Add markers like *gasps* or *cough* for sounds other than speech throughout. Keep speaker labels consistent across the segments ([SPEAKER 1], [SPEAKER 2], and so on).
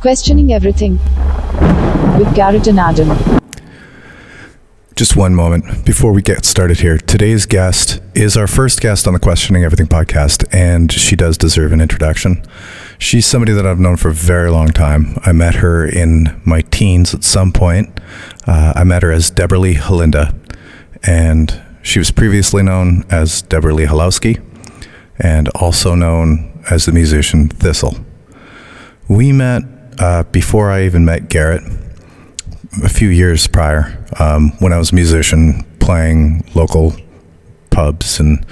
[SPEAKER 1] Questioning Everything with Garrett and Adam.
[SPEAKER 2] Just one moment before we get started here. Today's guest is our first guest on the Questioning Everything podcast, and she does deserve an introduction. She's somebody that I've known for a very long time. I met her in my teens at some point. Uh, I met her as Deborah Lee Halinda, and she was previously known as Deborah Lee Halowski, and also known as the musician Thistle. We met uh, before I even met Garrett a few years prior um, when I was a musician playing local pubs and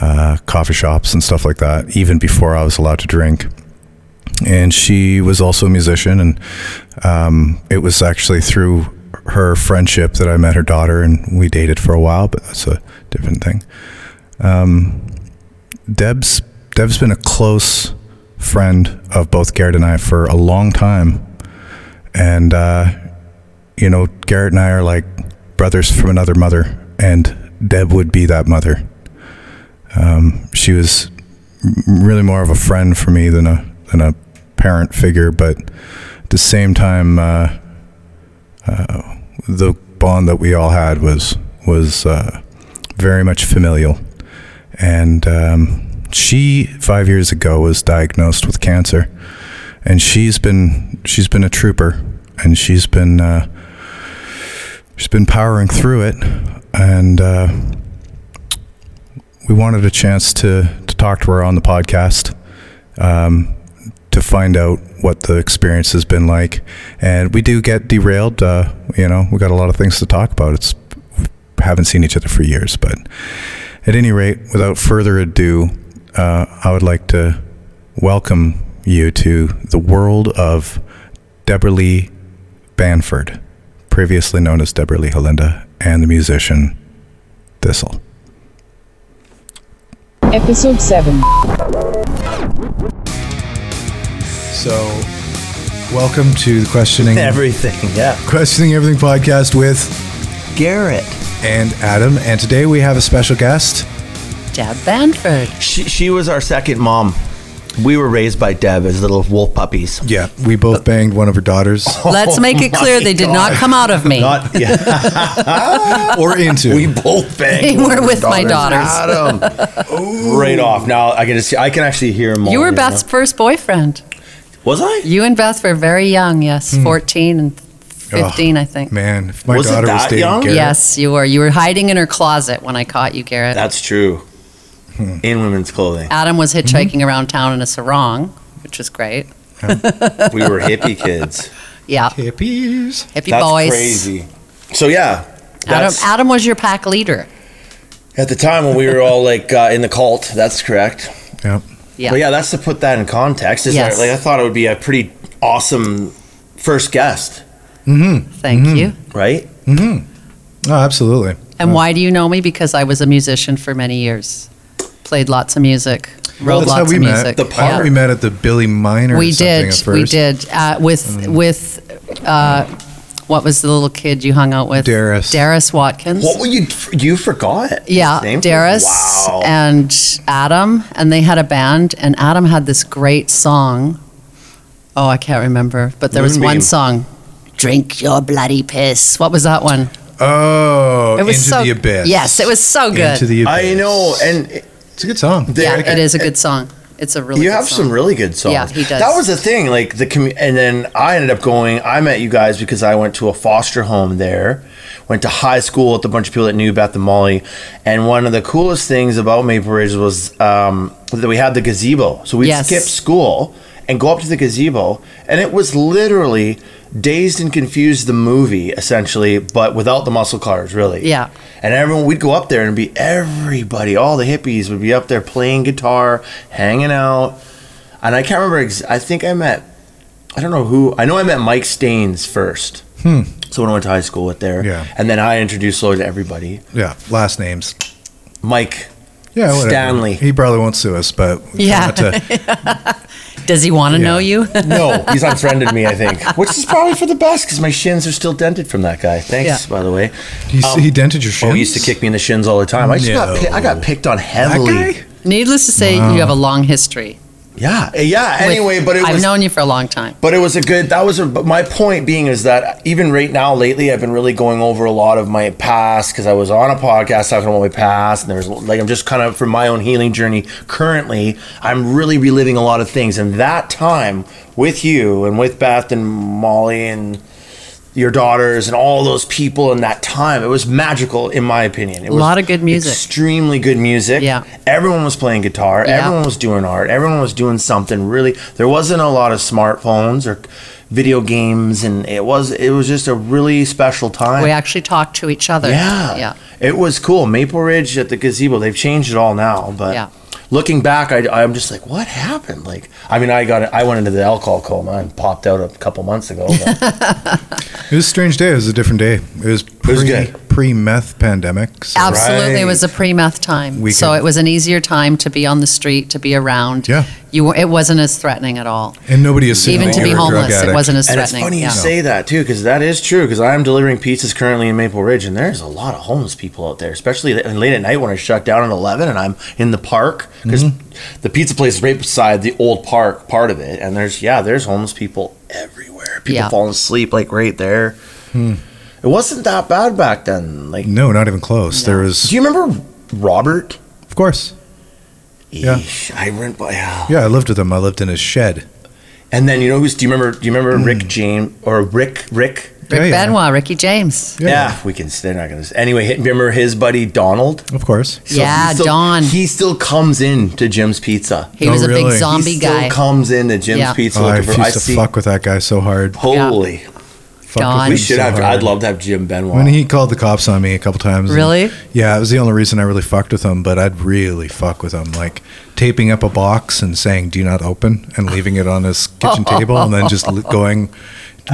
[SPEAKER 2] uh, coffee shops and stuff like that, even before I was allowed to drink. And she was also a musician, and um, it was actually through her friendship that I met her daughter, and we dated for a while, but that's a different thing. Um, Deb's Deb's been a close friend of both Garrett and I for a long time, and uh, you know, Garrett and I are like brothers from another mother, and Deb would be that mother. Um, she was m- really more of a friend for me than a than a parent figure, but at the same time, uh, uh, the bond that we all had was was uh, very much familial. And um, she five years ago was diagnosed with cancer, and she's been she's been a trooper, and she's been. Uh, she's been powering through it, and uh, we wanted a chance to to talk to her on the podcast um, to find out what the experience has been like. And we do get derailed. Uh, you know, we got a lot of things to talk about. It's we haven't seen each other for years, but at any rate, without further ado, uh, I would like to welcome you to the world of Deborah Lee Banford, previously known as Deborah Lee Halinda, and the musician Thistle.
[SPEAKER 1] Episode 7.
[SPEAKER 2] So, welcome to the questioning
[SPEAKER 3] *laughs* Everything, yeah.
[SPEAKER 2] questioning everything podcast with
[SPEAKER 3] Garrett.
[SPEAKER 2] and Adam, and today we have a special guest.
[SPEAKER 4] Deb
[SPEAKER 3] *laughs*
[SPEAKER 4] Banford.
[SPEAKER 3] She, she was our second mom. We were raised by Deb as little wolf puppies.
[SPEAKER 2] Yeah, we both banged one of her *laughs* daughters,
[SPEAKER 4] Let's make it clear they did not come out of me.
[SPEAKER 3] Oh Not *laughs* yeah.
[SPEAKER 2] or into.
[SPEAKER 3] we both
[SPEAKER 4] They
[SPEAKER 3] banged.
[SPEAKER 4] were with my daughters.
[SPEAKER 3] Adam. *laughs* right off. Now I can see. I can actually hear him.
[SPEAKER 4] You were
[SPEAKER 3] moaning,
[SPEAKER 4] Beth's first boyfriend.
[SPEAKER 3] know? Was I?
[SPEAKER 4] You and Beth were very young, yes,
[SPEAKER 3] Hmm.
[SPEAKER 4] 14 and 15, I think.
[SPEAKER 2] Man, if my
[SPEAKER 3] Was it
[SPEAKER 2] daughter was
[SPEAKER 3] that
[SPEAKER 2] dating
[SPEAKER 3] young?
[SPEAKER 2] Garrett,
[SPEAKER 4] Yes, you were. You were hiding in her closet when I caught you, Garrett.
[SPEAKER 3] That's true. Hmm. In women's clothing,
[SPEAKER 4] Adam was
[SPEAKER 3] Mm-hmm.
[SPEAKER 4] hitchhiking around town in a sarong, which was great.
[SPEAKER 3] we were hippie
[SPEAKER 4] *laughs*
[SPEAKER 3] kids.
[SPEAKER 4] Yeah,
[SPEAKER 2] hippies.
[SPEAKER 4] hippie
[SPEAKER 3] That's
[SPEAKER 4] boys.
[SPEAKER 3] crazy. So yeah,
[SPEAKER 4] Adam,
[SPEAKER 3] that's,
[SPEAKER 4] Adam was your pack leader.
[SPEAKER 3] at the time when we were all like uh, in the cult. That's correct.
[SPEAKER 2] Yeah.
[SPEAKER 4] Yeah.
[SPEAKER 3] But yeah, that's to put that in context. Is
[SPEAKER 4] Yes.
[SPEAKER 3] like I thought it would be a pretty awesome first guest,
[SPEAKER 4] Thank
[SPEAKER 3] Mm-hmm.
[SPEAKER 4] you.
[SPEAKER 3] right?
[SPEAKER 2] Mm-hmm. Oh, absolutely.
[SPEAKER 4] And why do you know me? Because I was a musician for many years, played lots of music,
[SPEAKER 2] Well,
[SPEAKER 4] wrote
[SPEAKER 2] that's how
[SPEAKER 4] lots
[SPEAKER 2] we
[SPEAKER 4] of
[SPEAKER 2] met.
[SPEAKER 4] music.
[SPEAKER 3] The
[SPEAKER 2] I thought
[SPEAKER 3] part-
[SPEAKER 2] we met at the Billy Minor.
[SPEAKER 4] we
[SPEAKER 2] something
[SPEAKER 4] did
[SPEAKER 2] At first. Um,
[SPEAKER 4] we did uh, with with uh, what was the little kid you hung out with
[SPEAKER 2] Darius.
[SPEAKER 4] Darius Watkins
[SPEAKER 3] What were you? You forgot?
[SPEAKER 4] yeah
[SPEAKER 3] his name?
[SPEAKER 4] Darius
[SPEAKER 3] Wow.
[SPEAKER 4] and Adam and they had a band and Adam had this great song oh I can't remember but there was one
[SPEAKER 3] Moonbeam.
[SPEAKER 4] song drink your bloody piss what was that one
[SPEAKER 2] Oh,
[SPEAKER 4] it was
[SPEAKER 2] Into
[SPEAKER 4] so
[SPEAKER 2] the Abyss.
[SPEAKER 4] yes it was so good
[SPEAKER 2] Into the Abyss.
[SPEAKER 3] I know, and
[SPEAKER 2] It's a good song.
[SPEAKER 3] there-
[SPEAKER 4] yeah it is a good song it's a really
[SPEAKER 3] You
[SPEAKER 4] good
[SPEAKER 3] have
[SPEAKER 4] song.
[SPEAKER 3] some really good songs.
[SPEAKER 4] Yeah, he does.
[SPEAKER 3] That was the thing, like the commu- and then I ended up going. I met you guys because I went to a foster home there, went to high school with a bunch of people that knew Beth and Molly, and one of the coolest things about Maple Ridge was um, that we had the gazebo. So we would
[SPEAKER 4] Yes.
[SPEAKER 3] skip school and go up to the gazebo, and it was literally Dazed and Confused the movie essentially, but without the muscle cars, really.
[SPEAKER 4] Yeah.
[SPEAKER 3] And everyone, we'd go up there and be everybody, all the hippies would be up there playing guitar, hanging out. And I can't remember, ex- I think I met, I don't know who, I know I met Mike Staines first.
[SPEAKER 2] Hmm.
[SPEAKER 3] So when I went to high school with there.
[SPEAKER 2] Yeah.
[SPEAKER 3] And then I introduced Lloyd to everybody.
[SPEAKER 2] Yeah. Last names. *laughs*
[SPEAKER 3] Mike,
[SPEAKER 2] Yeah. Whatever.
[SPEAKER 3] Stanley.
[SPEAKER 2] He probably won't sue us, but we try
[SPEAKER 4] Yeah.
[SPEAKER 2] not
[SPEAKER 4] *laughs*
[SPEAKER 2] to-
[SPEAKER 4] does he want to
[SPEAKER 2] Yeah.
[SPEAKER 4] know you *laughs*
[SPEAKER 3] no, he's unfriended me, I think, which is probably for the best because my shins are still dented from that guy. Thanks,
[SPEAKER 4] Yeah.
[SPEAKER 3] by the way.
[SPEAKER 2] he,
[SPEAKER 3] Um,
[SPEAKER 2] he dented your shins.
[SPEAKER 3] Oh, he used to kick me in the shins all the time. I just got, pi- I got picked on
[SPEAKER 2] That
[SPEAKER 3] heavily.
[SPEAKER 2] guy?
[SPEAKER 4] needless to say you have a long history
[SPEAKER 3] Yeah, yeah.
[SPEAKER 4] with-
[SPEAKER 3] Anyway, but it
[SPEAKER 4] I've
[SPEAKER 3] was
[SPEAKER 4] known you for a long time.
[SPEAKER 3] But it was a good. That was a, but my point being is that even right now lately, I've been really going over a lot of my past because I was on a podcast talking about my past, and there's like I'm just kind of from my own healing journey. Currently, I'm really reliving a lot of things, and that time with you and with Beth and Molly and your daughters and all those people in that time, it was magical in my opinion. It was
[SPEAKER 4] Lot of good music.
[SPEAKER 3] extremely good music.
[SPEAKER 4] Yeah.
[SPEAKER 3] everyone was playing guitar.
[SPEAKER 4] Yeah.
[SPEAKER 3] Everyone was doing art. Everyone was doing something really. There wasn't a lot of smartphones or video games, and it was it was just a really special time.
[SPEAKER 4] We actually talked to each other.
[SPEAKER 3] yeah,
[SPEAKER 4] Yeah.
[SPEAKER 3] It was cool. Maple Ridge at the gazebo. They've changed it all now, but.
[SPEAKER 4] Yeah.
[SPEAKER 3] Looking back, I, I'm just like, what happened? Like, I mean, I got, I went into the alcohol coma and popped out a couple months ago. But
[SPEAKER 2] It was a strange day. It was a different day. It was pre
[SPEAKER 3] was good.
[SPEAKER 2] pre meth pandemic. so-
[SPEAKER 4] Absolutely. It was a
[SPEAKER 3] Right.
[SPEAKER 4] pre meth time.
[SPEAKER 2] We
[SPEAKER 4] so
[SPEAKER 2] could-
[SPEAKER 4] it was an easier time to be on the street, to be around.
[SPEAKER 2] Yeah.
[SPEAKER 4] You were, it wasn't as threatening at all.
[SPEAKER 2] and nobody assumed
[SPEAKER 4] Even
[SPEAKER 2] that
[SPEAKER 4] to
[SPEAKER 2] you
[SPEAKER 4] be
[SPEAKER 2] were a drug
[SPEAKER 4] homeless, it
[SPEAKER 2] addict.
[SPEAKER 4] wasn't as
[SPEAKER 3] And it's
[SPEAKER 4] threatening.
[SPEAKER 3] funny
[SPEAKER 4] yeah.
[SPEAKER 3] you say that too, because that is true. Because I'm delivering pizzas currently in Maple Ridge, and there's a lot of homeless people out there, especially la- late at night when I shut down at 11 and I'm in the park because the pizza place is right beside the old park part of it. And there's yeah, there's homeless people everywhere. People
[SPEAKER 4] Yeah.
[SPEAKER 3] falling asleep like right there. It wasn't that bad back then. Like,
[SPEAKER 2] No, not even close. There
[SPEAKER 3] do
[SPEAKER 2] was,
[SPEAKER 3] you remember Robert?
[SPEAKER 2] of course. Yeah.
[SPEAKER 3] Eesh, I rent by. Yeah.
[SPEAKER 2] Yeah, I lived with him. I lived in his shed.
[SPEAKER 3] And then you know who's? Do you remember? Do you remember Rick James or Rick? Rick?
[SPEAKER 4] Rick
[SPEAKER 2] Yeah, yeah.
[SPEAKER 4] Benoit, Ricky James.
[SPEAKER 2] Yeah.
[SPEAKER 3] we can. They're not gonna. Anyway, hit- remember his buddy Donald?
[SPEAKER 2] Of course.
[SPEAKER 4] Yeah,
[SPEAKER 3] he still,
[SPEAKER 4] Don.
[SPEAKER 3] He still comes in to Jim's Pizza.
[SPEAKER 4] He
[SPEAKER 2] Oh,
[SPEAKER 4] was a
[SPEAKER 2] really?
[SPEAKER 4] big zombie
[SPEAKER 3] he still
[SPEAKER 4] guy.
[SPEAKER 3] comes in to Jim's
[SPEAKER 4] Yeah.
[SPEAKER 3] Pizza.
[SPEAKER 2] Oh, I
[SPEAKER 3] looking for- I
[SPEAKER 2] refused to
[SPEAKER 3] see.
[SPEAKER 2] fuck with that guy so hard.
[SPEAKER 3] Holy,
[SPEAKER 2] Fuck with
[SPEAKER 4] Don.
[SPEAKER 2] him
[SPEAKER 3] we should
[SPEAKER 2] so
[SPEAKER 3] have.
[SPEAKER 2] hard.
[SPEAKER 3] I'd love to have Jim Benoit.
[SPEAKER 2] When he called the cops on me a couple times. and-
[SPEAKER 4] Really?
[SPEAKER 2] yeah, it was the only reason I really fucked with him, but I'd really fuck with him. Like taping up a box and saying, do not open, and leaving it on his kitchen table, and then
[SPEAKER 4] *laughs*
[SPEAKER 2] just l- going.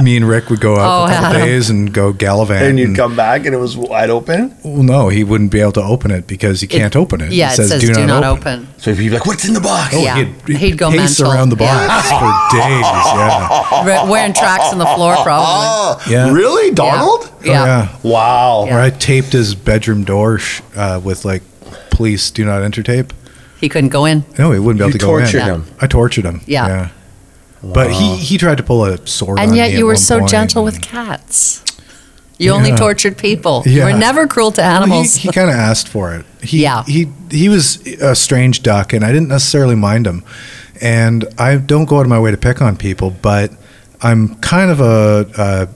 [SPEAKER 2] Me and Rick would go out for a
[SPEAKER 4] Oh,
[SPEAKER 2] couple
[SPEAKER 4] Adam.
[SPEAKER 2] days and go gallivant.
[SPEAKER 3] and you'd come back and it was wide open.
[SPEAKER 2] Well, no, he wouldn't be able to open it because you can't open it.
[SPEAKER 4] Yeah, it says, do, not, open.
[SPEAKER 3] So he'd be like, "What's in the box?"
[SPEAKER 4] Yeah.
[SPEAKER 2] Oh, He'd,
[SPEAKER 4] He'd go
[SPEAKER 2] pace
[SPEAKER 4] mental.
[SPEAKER 2] around the
[SPEAKER 4] Yeah.
[SPEAKER 2] box for
[SPEAKER 4] *laughs*
[SPEAKER 2] days. Yeah.
[SPEAKER 4] We're Wearing tracks on the
[SPEAKER 3] *laughs*
[SPEAKER 4] floor, probably.
[SPEAKER 2] Yeah.
[SPEAKER 3] Really, Donald?
[SPEAKER 2] Oh,
[SPEAKER 4] Yeah.
[SPEAKER 3] Wow.
[SPEAKER 2] Or I taped his bedroom door sh- uh, with like, police do not enter tape.
[SPEAKER 4] He couldn't go in.
[SPEAKER 2] No, he wouldn't be able
[SPEAKER 3] You
[SPEAKER 2] to go in.
[SPEAKER 3] tortured him.
[SPEAKER 2] I tortured him.
[SPEAKER 4] Yeah.
[SPEAKER 2] But he, he tried to pull a sword.
[SPEAKER 4] And
[SPEAKER 2] on
[SPEAKER 4] yet
[SPEAKER 2] me at
[SPEAKER 4] you were
[SPEAKER 2] one
[SPEAKER 4] so
[SPEAKER 2] point,
[SPEAKER 4] gentle with
[SPEAKER 2] and-
[SPEAKER 4] cats. You only
[SPEAKER 2] Yeah.
[SPEAKER 4] tortured people.
[SPEAKER 2] Yeah.
[SPEAKER 4] You were never cruel to
[SPEAKER 2] Well,
[SPEAKER 4] animals.
[SPEAKER 2] he he kind of asked for it. He,
[SPEAKER 4] Yeah.
[SPEAKER 2] He he was a strange duck, and I didn't necessarily mind him. And I don't go out of my way to pick on people, but I'm kind of a,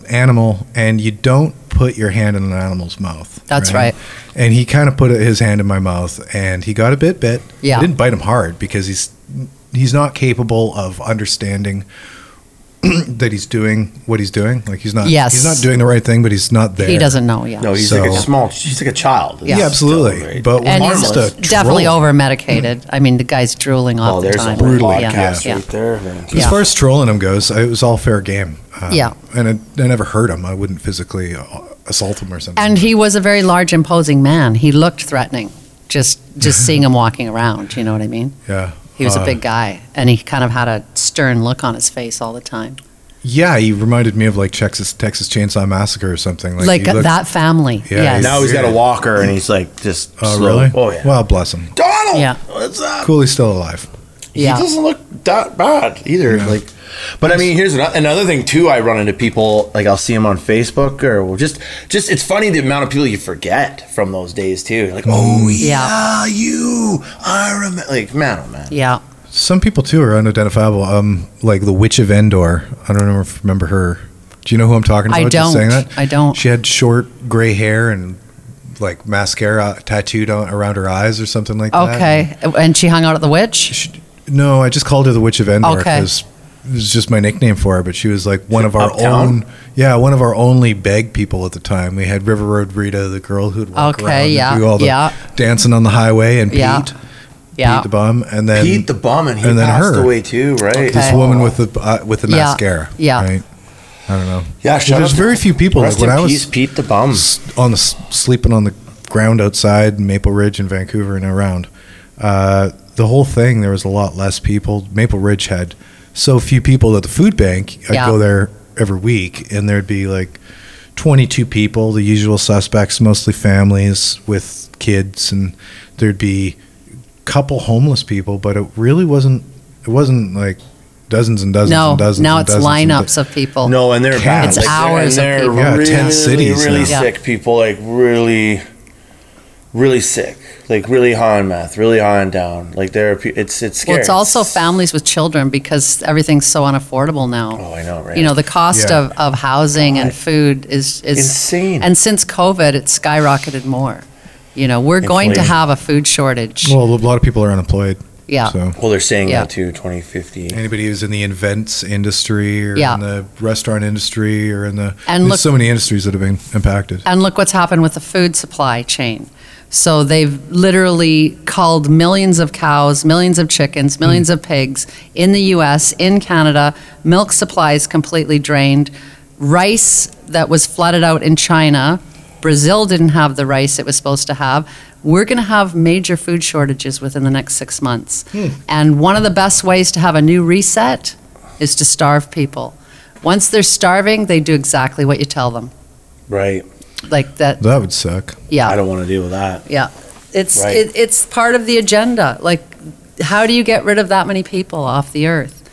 [SPEAKER 2] a animal, and you don't put your hand in an animal's mouth.
[SPEAKER 4] That's right.
[SPEAKER 2] And he kind of put his hand in my mouth, and he got a bit bit.
[SPEAKER 4] Yeah.
[SPEAKER 2] I didn't bite him hard because he's he's not capable of understanding. *clears throat* that he's doing what he's doing like he's not
[SPEAKER 4] Yes.
[SPEAKER 2] he's not doing the right thing but he's not there
[SPEAKER 4] He doesn't know yet.
[SPEAKER 3] No, he's like a
[SPEAKER 2] So-
[SPEAKER 3] small. He's like a child.
[SPEAKER 4] Yeah.
[SPEAKER 2] yeah,
[SPEAKER 3] He's
[SPEAKER 2] absolutely.
[SPEAKER 3] still, right?
[SPEAKER 2] But
[SPEAKER 4] and
[SPEAKER 2] we're
[SPEAKER 4] he's
[SPEAKER 2] just a
[SPEAKER 4] definitely
[SPEAKER 2] troll.
[SPEAKER 4] over medicated. I mean, the guy's drooling
[SPEAKER 3] oh,
[SPEAKER 4] off the
[SPEAKER 3] there's a
[SPEAKER 4] time.
[SPEAKER 3] whole
[SPEAKER 2] Brutally,
[SPEAKER 4] yeah,
[SPEAKER 3] podcast
[SPEAKER 4] yeah.
[SPEAKER 3] right there. man.
[SPEAKER 2] As
[SPEAKER 4] yeah.
[SPEAKER 2] far as trolling him goes, it was all fair game. Uh,
[SPEAKER 4] Yeah.
[SPEAKER 2] and it, I never hurt him. I wouldn't physically uh, assault him or something.
[SPEAKER 4] And he was a very large, imposing man. He looked threatening. Just
[SPEAKER 2] *laughs*
[SPEAKER 4] just seeing him walking around. You know what I mean?
[SPEAKER 2] yeah,
[SPEAKER 4] He was
[SPEAKER 2] Uh,
[SPEAKER 4] a big guy, and he kind of had a stern look on his face all the time,
[SPEAKER 2] Yeah, he reminded me of like Texas Texas Chainsaw Massacre or something. Like,
[SPEAKER 4] like
[SPEAKER 2] he looked-
[SPEAKER 4] that family.
[SPEAKER 2] Yeah,
[SPEAKER 4] yes.
[SPEAKER 3] Now he's got a
[SPEAKER 2] Weird.
[SPEAKER 3] walker and he's like just
[SPEAKER 2] Oh,
[SPEAKER 3] slow.
[SPEAKER 2] really?
[SPEAKER 3] Oh yeah.
[SPEAKER 2] Well, bless him.
[SPEAKER 3] Donald.
[SPEAKER 4] Yeah.
[SPEAKER 3] What's up?
[SPEAKER 2] Cool, he's still alive.
[SPEAKER 4] yeah.
[SPEAKER 3] He doesn't look that bad either.
[SPEAKER 2] Yeah.
[SPEAKER 3] Like, but I mean, here's another, another thing too. I run into people like I'll see them on Facebook or well, just just it's funny the amount of people you forget from those days too. You're like, oh yeah,
[SPEAKER 4] Yeah.
[SPEAKER 3] you. I remember. Like, man, oh man.
[SPEAKER 4] yeah.
[SPEAKER 2] Some people too are unidentifiable. Um, like the Witch of Endor. I don't know if remember her. Do you know who I'm talking about?
[SPEAKER 4] I
[SPEAKER 2] Just saying
[SPEAKER 4] don't.
[SPEAKER 2] that?
[SPEAKER 4] I don't.
[SPEAKER 2] She had short gray hair and like mascara tattooed on, around her eyes or something like that.
[SPEAKER 4] Okay. Uh, And she hung out at the witch.
[SPEAKER 2] She, no, I just called her the Witch of Endor
[SPEAKER 4] Okay.
[SPEAKER 2] because it was just my nickname for her. But she was like one of our
[SPEAKER 3] Uptown?
[SPEAKER 2] own, yeah, one of our only beg people at the time. We had River Road Rita, the girl who'd walk
[SPEAKER 4] Okay,
[SPEAKER 2] around and
[SPEAKER 4] yeah,
[SPEAKER 2] do all the
[SPEAKER 4] yeah.
[SPEAKER 2] dancing on the highway, and
[SPEAKER 4] Yeah,
[SPEAKER 2] Pete,
[SPEAKER 4] Yeah.
[SPEAKER 2] Pete the bum, and then
[SPEAKER 3] Pete the bum and he
[SPEAKER 2] and then
[SPEAKER 3] passed
[SPEAKER 2] her.
[SPEAKER 3] away too, right?
[SPEAKER 4] Okay.
[SPEAKER 2] this woman with the uh, with the
[SPEAKER 4] Yeah,
[SPEAKER 2] mascara,
[SPEAKER 4] yeah.
[SPEAKER 2] right? I don't know.
[SPEAKER 3] yeah. Shut
[SPEAKER 2] There's
[SPEAKER 3] up.
[SPEAKER 2] very few people. Like
[SPEAKER 3] Rest
[SPEAKER 2] when
[SPEAKER 3] in
[SPEAKER 2] I was
[SPEAKER 3] peace, Pete the
[SPEAKER 4] Hmm.
[SPEAKER 3] bum.
[SPEAKER 2] s- on the s- sleeping on the ground outside Maple Ridge and Vancouver and around. Uh, the whole thing, there was a lot less people. Maple Ridge had so few people at the food bank. I'd
[SPEAKER 4] Yeah.
[SPEAKER 2] go there every week, and there'd be like 22 people, the usual suspects, mostly families with kids, and there'd be a couple homeless people, but it really wasn't It wasn't like dozens and dozens
[SPEAKER 4] No,
[SPEAKER 2] and dozens.
[SPEAKER 4] now
[SPEAKER 2] and
[SPEAKER 4] it's
[SPEAKER 2] dozens and do-
[SPEAKER 4] lineups of people.
[SPEAKER 3] No, and they're bad.
[SPEAKER 2] It's
[SPEAKER 3] they're-
[SPEAKER 4] hours of
[SPEAKER 3] and they're
[SPEAKER 4] people.
[SPEAKER 2] Yeah, 10
[SPEAKER 3] really,
[SPEAKER 2] cities
[SPEAKER 3] really
[SPEAKER 4] now.
[SPEAKER 3] sick people, like really, really sick, like really high on meth, really high on down. Like they're pe- it's it's scary.
[SPEAKER 4] Well, it's also families with children because everything's so unaffordable now.
[SPEAKER 3] Oh, I know, right?
[SPEAKER 4] You know, the cost
[SPEAKER 2] Yeah.
[SPEAKER 4] of, of housing and food is, is
[SPEAKER 3] Insane.
[SPEAKER 4] And since COVID, it's skyrocketed more. You know, we're going to
[SPEAKER 3] Inflation.
[SPEAKER 4] have a food shortage.
[SPEAKER 2] Well, a lot of people are unemployed.
[SPEAKER 4] yeah.
[SPEAKER 2] So
[SPEAKER 3] well, they're saying
[SPEAKER 4] Yeah.
[SPEAKER 3] that too. Twenty fifty.
[SPEAKER 2] anybody who's in the events industry or
[SPEAKER 4] Yeah.
[SPEAKER 2] in the restaurant industry or in the
[SPEAKER 4] And
[SPEAKER 2] there's
[SPEAKER 4] look-
[SPEAKER 2] so many industries that have been impacted.
[SPEAKER 4] And look what's happened with the food supply chain. So they've literally culled millions of cows, millions of chickens, millions of pigs in the US, in Canada. Milk supplies completely drained. Rice that was flooded out in China. Brazil didn't have the rice it was supposed to have. We're going to have major food shortages within the next six months. And one of the best ways to have a new reset is to starve people. Once they're starving, they do exactly what you tell them.
[SPEAKER 3] Right.
[SPEAKER 4] Like that,
[SPEAKER 2] That would suck.
[SPEAKER 4] yeah.
[SPEAKER 3] I don't want to deal with that.
[SPEAKER 4] It's
[SPEAKER 3] Right.
[SPEAKER 4] it, it's part of the agenda. Like, how do you get rid of that many people off the earth?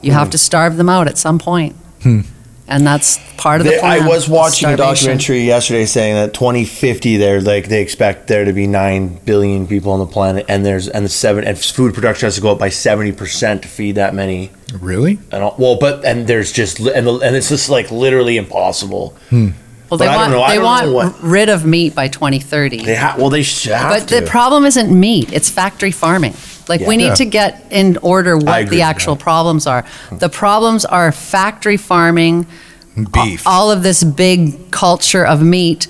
[SPEAKER 4] You
[SPEAKER 3] Hmm.
[SPEAKER 4] have to starve them out at some point,
[SPEAKER 2] Hmm.
[SPEAKER 4] and that's part of the.
[SPEAKER 3] They- I
[SPEAKER 4] plan,
[SPEAKER 3] was watching a
[SPEAKER 4] starvation.
[SPEAKER 3] documentary yesterday saying that 2050, they're like they expect there to be nine billion people on the planet, and there's and the seven and food production has to go up by 70 percent to feed that many.
[SPEAKER 2] Really?
[SPEAKER 3] And all, well, but and there's just li- and the, and it's just like literally impossible.
[SPEAKER 4] Well,
[SPEAKER 3] but
[SPEAKER 4] they
[SPEAKER 3] I don't
[SPEAKER 4] want
[SPEAKER 3] know. I
[SPEAKER 4] they
[SPEAKER 3] don't
[SPEAKER 4] want
[SPEAKER 3] know what-
[SPEAKER 4] rid of meat by 2030.
[SPEAKER 3] They ha- well, they should have
[SPEAKER 4] but
[SPEAKER 3] to.
[SPEAKER 4] the problem isn't meat; it's factory farming. Like
[SPEAKER 3] Yeah.
[SPEAKER 4] we need
[SPEAKER 2] Yeah.
[SPEAKER 4] to get in order what
[SPEAKER 3] agree with
[SPEAKER 4] the actual problems are. The problems are factory farming,
[SPEAKER 2] Beef.
[SPEAKER 4] all of this big culture of meat.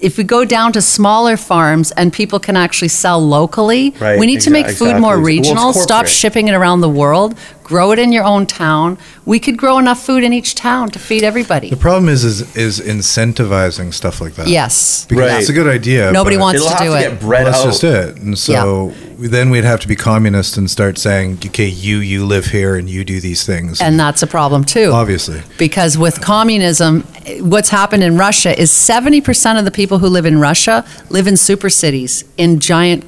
[SPEAKER 4] If we go down to smaller farms and people can actually sell locally,
[SPEAKER 3] Right,
[SPEAKER 4] we need to make
[SPEAKER 3] exa-
[SPEAKER 4] food
[SPEAKER 3] exactly.
[SPEAKER 4] more
[SPEAKER 3] Well, it's
[SPEAKER 4] regional. Stop
[SPEAKER 3] corporate.
[SPEAKER 4] shipping it around the world. Grow it in your own town. We could grow enough food in each town to feed everybody.
[SPEAKER 2] The problem is, is is incentivizing stuff like that.
[SPEAKER 4] Yes.
[SPEAKER 2] Because
[SPEAKER 3] Right.
[SPEAKER 2] it's a good idea.
[SPEAKER 4] Nobody
[SPEAKER 2] but-
[SPEAKER 4] wants
[SPEAKER 3] It'll
[SPEAKER 4] to
[SPEAKER 3] have to
[SPEAKER 4] do it.
[SPEAKER 3] get bred
[SPEAKER 2] Well,
[SPEAKER 3] out.
[SPEAKER 2] That's just it. And so then we'd have to be communist and start saying, okay, you you live here and you do these things.
[SPEAKER 4] And that's a problem too.
[SPEAKER 2] Obviously,
[SPEAKER 4] because with communism, eh, what's happened in Russia is 70% of the people who live in Russia live in super cities, in giant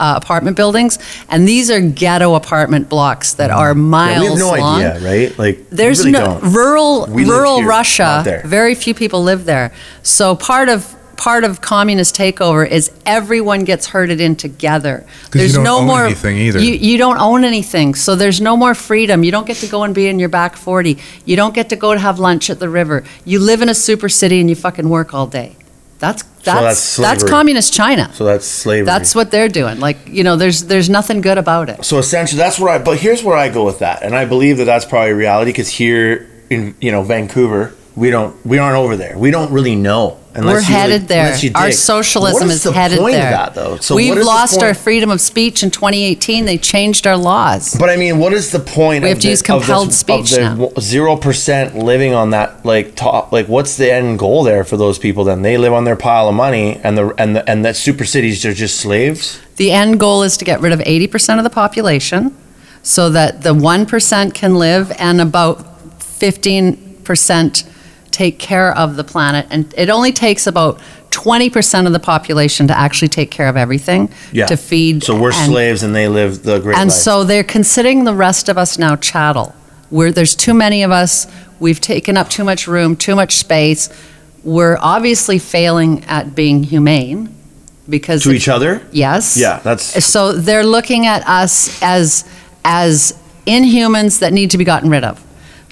[SPEAKER 4] uh, apartment buildings. And these are ghetto apartment blocks that are
[SPEAKER 3] Mm-hmm. Yeah,
[SPEAKER 4] miles
[SPEAKER 3] we have no
[SPEAKER 4] long.
[SPEAKER 3] idea, right? Like we
[SPEAKER 4] There's
[SPEAKER 3] really
[SPEAKER 4] no
[SPEAKER 3] don't.
[SPEAKER 4] rural
[SPEAKER 3] We live
[SPEAKER 4] rural
[SPEAKER 3] here,
[SPEAKER 4] Russia.
[SPEAKER 3] not there.
[SPEAKER 4] Very few people live there. So part of part of communist takeover is everyone gets herded in together.
[SPEAKER 2] 'Cause you
[SPEAKER 4] There's
[SPEAKER 2] don't
[SPEAKER 4] no
[SPEAKER 2] own
[SPEAKER 4] more
[SPEAKER 2] anything either.
[SPEAKER 4] You, you don't own anything, so there's no more freedom. You don't get to go and be in your back forty. You don't get to go to have lunch at the river. You live in a super city and you fucking work all day. That's
[SPEAKER 3] that's
[SPEAKER 4] that's that's
[SPEAKER 3] slavery.
[SPEAKER 4] communist China.
[SPEAKER 3] So that's slavery.
[SPEAKER 4] That's what they're doing. Like you know, there's there's nothing good about it.
[SPEAKER 3] so essentially that's where I. But here's where I go with that, and I believe that that's probably reality because here in you know Vancouver, we don't we aren't over there. We don't really know. Unless
[SPEAKER 4] We're
[SPEAKER 3] you, like,
[SPEAKER 4] headed there.
[SPEAKER 3] unless you
[SPEAKER 4] Our
[SPEAKER 3] dig.
[SPEAKER 4] socialism
[SPEAKER 3] What
[SPEAKER 4] is,
[SPEAKER 3] is the
[SPEAKER 4] headed
[SPEAKER 3] point of
[SPEAKER 4] there.
[SPEAKER 3] that, though? So
[SPEAKER 4] We've
[SPEAKER 3] what is the
[SPEAKER 4] lost our
[SPEAKER 3] point?
[SPEAKER 4] freedom of speech in 2018. They changed our laws.
[SPEAKER 3] But I mean, what is the point?
[SPEAKER 4] We
[SPEAKER 3] of
[SPEAKER 4] have to
[SPEAKER 3] the-
[SPEAKER 4] use
[SPEAKER 3] of
[SPEAKER 4] compelled
[SPEAKER 3] this-
[SPEAKER 4] speech now.
[SPEAKER 3] of the Zero percent living on that, like top, like what's the end goal there for those people? Then they live on their pile of money, and the and the and that super cities are just slaves.
[SPEAKER 4] The end goal is to get rid of 80% of the population so that the 1% can live and about 15% take care of the planet. And it only takes about 20% of the population to actually take care of everything
[SPEAKER 3] Yeah.
[SPEAKER 4] to feed.
[SPEAKER 3] So we're
[SPEAKER 4] and-
[SPEAKER 3] slaves, and they live the great
[SPEAKER 4] And
[SPEAKER 3] life.
[SPEAKER 4] so they're considering the rest of us now chattel. Where there's too many of us, we've taken up too much room, too much space. We're obviously failing at being humane because
[SPEAKER 3] to each other.
[SPEAKER 4] yes,
[SPEAKER 3] Yeah, that's
[SPEAKER 4] So they're looking at us as as inhumans that need to be gotten rid of.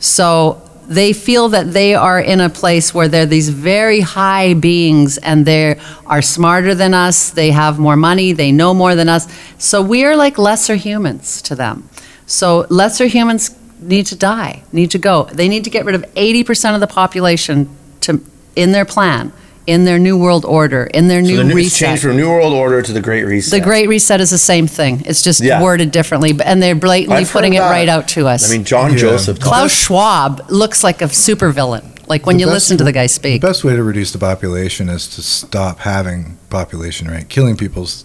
[SPEAKER 4] So they feel that they are in a place where they're these very high beings and they are smarter than us, they have more money, they know more than us. So we are like lesser humans to them. So lesser humans need to die, need to go. They need to get rid of 80% of the population to in their plan, in their new world order, in their
[SPEAKER 3] so
[SPEAKER 4] new
[SPEAKER 3] the new, it's
[SPEAKER 4] reset.
[SPEAKER 3] changed from New World Order to the Great Reset.
[SPEAKER 4] The Great Reset is the same thing. It's just
[SPEAKER 3] Yeah.
[SPEAKER 4] worded differently, b- and they're blatantly
[SPEAKER 3] I've heard
[SPEAKER 4] putting it
[SPEAKER 3] about
[SPEAKER 4] right
[SPEAKER 3] it.
[SPEAKER 4] out to us.
[SPEAKER 3] I mean, John
[SPEAKER 2] Yeah.
[SPEAKER 3] Joseph. taught
[SPEAKER 4] Klaus
[SPEAKER 3] us.
[SPEAKER 4] Schwab looks like a supervillain. Like when
[SPEAKER 2] The
[SPEAKER 4] you
[SPEAKER 2] best-
[SPEAKER 4] listen to the guy
[SPEAKER 2] the
[SPEAKER 4] speak,
[SPEAKER 2] best way to reduce the population is to stop having population. Right, killing people's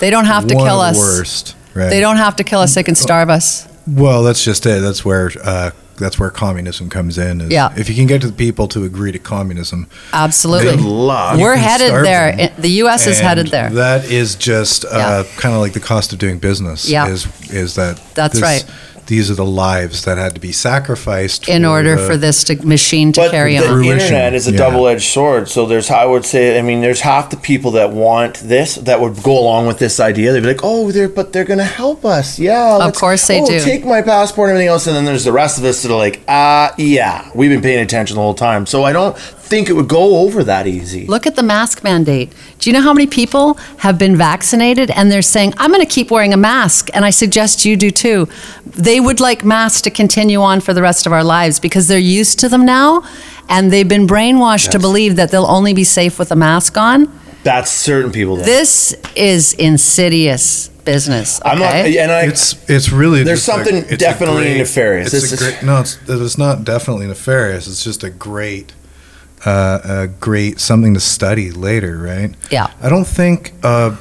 [SPEAKER 4] they don't have to
[SPEAKER 2] one
[SPEAKER 4] kill
[SPEAKER 2] of
[SPEAKER 4] us.
[SPEAKER 2] the worst. Right.
[SPEAKER 4] They don't have to kill us. They can starve us.
[SPEAKER 2] Well, that's just it. That's where uh, that's where communism comes in. is
[SPEAKER 4] Yeah.
[SPEAKER 2] If you can get the people to agree to communism,
[SPEAKER 3] Good
[SPEAKER 4] Absolutely.
[SPEAKER 3] luck.
[SPEAKER 4] We're
[SPEAKER 2] can
[SPEAKER 4] headed
[SPEAKER 2] starve
[SPEAKER 4] there.
[SPEAKER 2] them.
[SPEAKER 4] The U.S. is
[SPEAKER 2] and
[SPEAKER 4] headed there.
[SPEAKER 2] That is just uh, kind of like the cost of doing business.
[SPEAKER 4] Yeah.
[SPEAKER 2] Is is that
[SPEAKER 4] That's right.
[SPEAKER 2] These are the lives that had to be sacrificed
[SPEAKER 4] in order
[SPEAKER 2] the-
[SPEAKER 4] for this to, machine to
[SPEAKER 3] but
[SPEAKER 4] carry
[SPEAKER 3] the
[SPEAKER 4] on.
[SPEAKER 2] Fruition,
[SPEAKER 3] internet is a
[SPEAKER 2] yeah.
[SPEAKER 3] double-edged sword. So there's, I would say, I mean, there's half the people that want this that would go along with this idea. They'd be like, "Oh, they're but they're gonna help us, yeah." let's-
[SPEAKER 4] course they
[SPEAKER 3] oh,
[SPEAKER 4] do.
[SPEAKER 3] Take my passport and everything else, and then there's the rest of us that are like, "Ah, yeah, we've been paying attention the whole time." So I don't think it would go over that easy.
[SPEAKER 4] Look at the mask mandate. Do you know how many people have been vaccinated and they're saying, I'm going to keep wearing a mask? And I suggest you do too. They would like masks to continue on for the rest of our lives because they're used to them now and they've been brainwashed to believe that they'll only be safe with a mask on.
[SPEAKER 3] That's certain people. That
[SPEAKER 4] This is insidious business. Okay?
[SPEAKER 3] I'm not, and I.
[SPEAKER 2] it's it's really
[SPEAKER 3] There's
[SPEAKER 2] just a-
[SPEAKER 3] something
[SPEAKER 2] it's a
[SPEAKER 3] definitely nefarious.
[SPEAKER 2] It's a
[SPEAKER 3] This is-
[SPEAKER 2] great, no, it's, it's not definitely nefarious. It's just a great, uh, a great something to study later, right?
[SPEAKER 4] Yeah.
[SPEAKER 2] I don't think uh,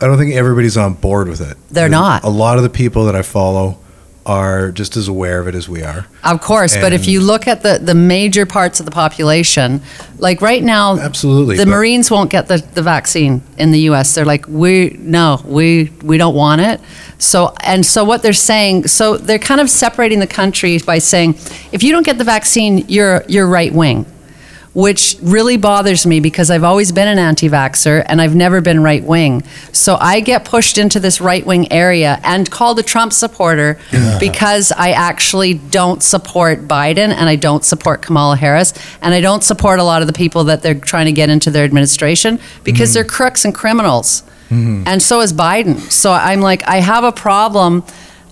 [SPEAKER 2] I don't think everybody's on board with it.
[SPEAKER 4] They're not.
[SPEAKER 2] A lot of the people that I follow are just as aware of it as we are.
[SPEAKER 4] Of course, but if
[SPEAKER 2] And-
[SPEAKER 4] you look at the, the major parts of the population, like right now,
[SPEAKER 2] Absolutely,
[SPEAKER 4] the
[SPEAKER 2] but-
[SPEAKER 4] Marines won't get the, the vaccine in the U.S. They're like, we no, we we don't want it. So and so, what they're saying, so they're kind of separating the country by saying, if you don't get the vaccine, you're you're right wing, which really bothers me because I've always been an anti-vaxxer and I've never been right wing. So I get pushed into this right wing area and called a Trump supporter because I actually don't support Biden and I don't support Kamala Harris and I don't support a lot of the people that they're trying to get into their administration
[SPEAKER 2] Mm-hmm.
[SPEAKER 4] because they're crooks and criminals. And so is Biden. So I'm like, I have a problem.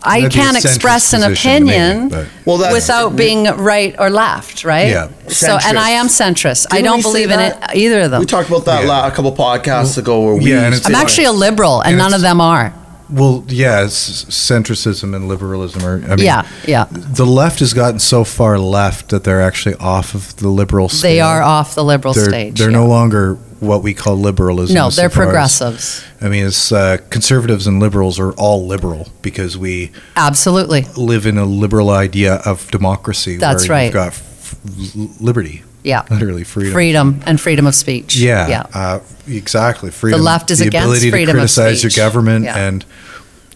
[SPEAKER 4] I
[SPEAKER 2] That'd be a
[SPEAKER 4] can't
[SPEAKER 2] centrist
[SPEAKER 4] express an
[SPEAKER 2] position to me,
[SPEAKER 4] opinion
[SPEAKER 2] but-
[SPEAKER 3] Well, that's-
[SPEAKER 4] without being right or left, right?
[SPEAKER 2] Yeah.
[SPEAKER 4] So, and I am centrist. I
[SPEAKER 3] Didn't
[SPEAKER 4] don't
[SPEAKER 3] we say
[SPEAKER 4] believe in it,
[SPEAKER 3] that?
[SPEAKER 4] either of them.
[SPEAKER 3] We talked about that
[SPEAKER 2] Yeah.
[SPEAKER 3] la- a couple podcasts ago where we.
[SPEAKER 2] Yeah, and it's-
[SPEAKER 4] I'm actually a liberal, and
[SPEAKER 2] And
[SPEAKER 4] none of
[SPEAKER 2] it's-
[SPEAKER 4] them are.
[SPEAKER 2] Well, yeah, it's centricism and liberalism are. I mean,
[SPEAKER 4] Yeah, yeah.
[SPEAKER 2] The left has gotten so far left that they're actually off of the liberal. Scale.
[SPEAKER 4] They are off the liberal
[SPEAKER 2] they're,
[SPEAKER 4] stage.
[SPEAKER 2] They're
[SPEAKER 4] yeah.
[SPEAKER 2] no longer what we call liberalism.
[SPEAKER 4] No,
[SPEAKER 2] as
[SPEAKER 4] they're
[SPEAKER 2] far as-
[SPEAKER 4] progressives.
[SPEAKER 2] I mean, it's uh, conservatives and liberals are all liberal because we
[SPEAKER 4] Absolutely.
[SPEAKER 2] live in a liberal idea of democracy.
[SPEAKER 4] That's
[SPEAKER 2] where
[SPEAKER 4] right.
[SPEAKER 2] You've got f- l- liberty,
[SPEAKER 4] Yeah.
[SPEAKER 2] literally freedom.
[SPEAKER 4] Freedom and freedom of speech.
[SPEAKER 2] Yeah,
[SPEAKER 4] Yeah.
[SPEAKER 2] Uh, exactly. Freedom.
[SPEAKER 4] left is against
[SPEAKER 2] ability
[SPEAKER 4] freedom of
[SPEAKER 2] to criticize
[SPEAKER 4] speech.
[SPEAKER 2] your government,
[SPEAKER 4] Yeah.
[SPEAKER 2] and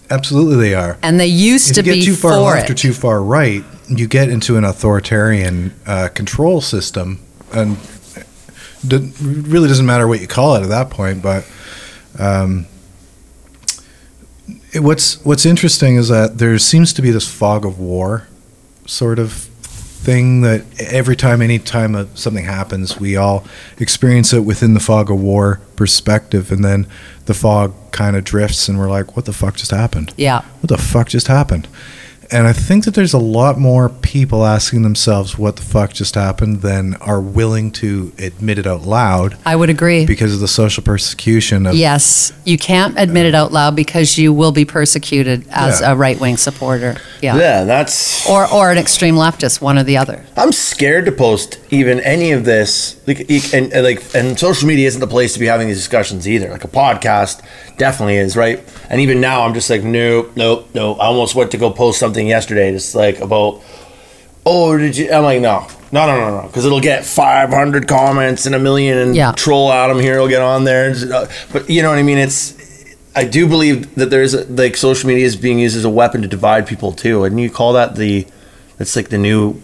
[SPEAKER 2] absolutely they are.
[SPEAKER 4] And they used
[SPEAKER 2] If
[SPEAKER 4] to
[SPEAKER 2] you
[SPEAKER 4] be
[SPEAKER 2] get too far
[SPEAKER 4] for
[SPEAKER 2] left
[SPEAKER 4] it.
[SPEAKER 2] or too far right, you get into an authoritarian uh, control system, and it really doesn't matter what you call it at that point. But um, it- what's what's interesting is that there seems to be this fog of war, sort of thing that every time, any time uh, something happens, we all experience it within the fog of war perspective, and then the fog kind of drifts, and we're like, "What the fuck just happened?"
[SPEAKER 4] yeah.
[SPEAKER 2] what the fuck just happened? And I think that there's a lot more people asking themselves what the fuck just happened than are willing to admit it out loud
[SPEAKER 4] I would agree.
[SPEAKER 2] because of the social persecution of
[SPEAKER 4] Yes, you can't admit it out loud because you will be persecuted as
[SPEAKER 2] Yeah.
[SPEAKER 4] a right wing supporter. Yeah.
[SPEAKER 3] Yeah, that's.
[SPEAKER 4] Or, or an extreme leftist, one or the other.
[SPEAKER 3] I'm scared to post even any of this. Like, e- and, and like, and social media isn't the place to be having these discussions either. Like a podcast definitely is, right? And even now, I'm just like, nope, nope, no. I almost went to go post something yesterday. Just like about, oh, did you? I'm like, no, no, no, no, no, because it'll get 500 comments and a million, and
[SPEAKER 4] Yeah.
[SPEAKER 3] troll Adam here will get on there. It's, uh, But you know what I mean? It's. I do believe that there's a, like social media is being used as a weapon to divide people too, and you call that the. It's like the new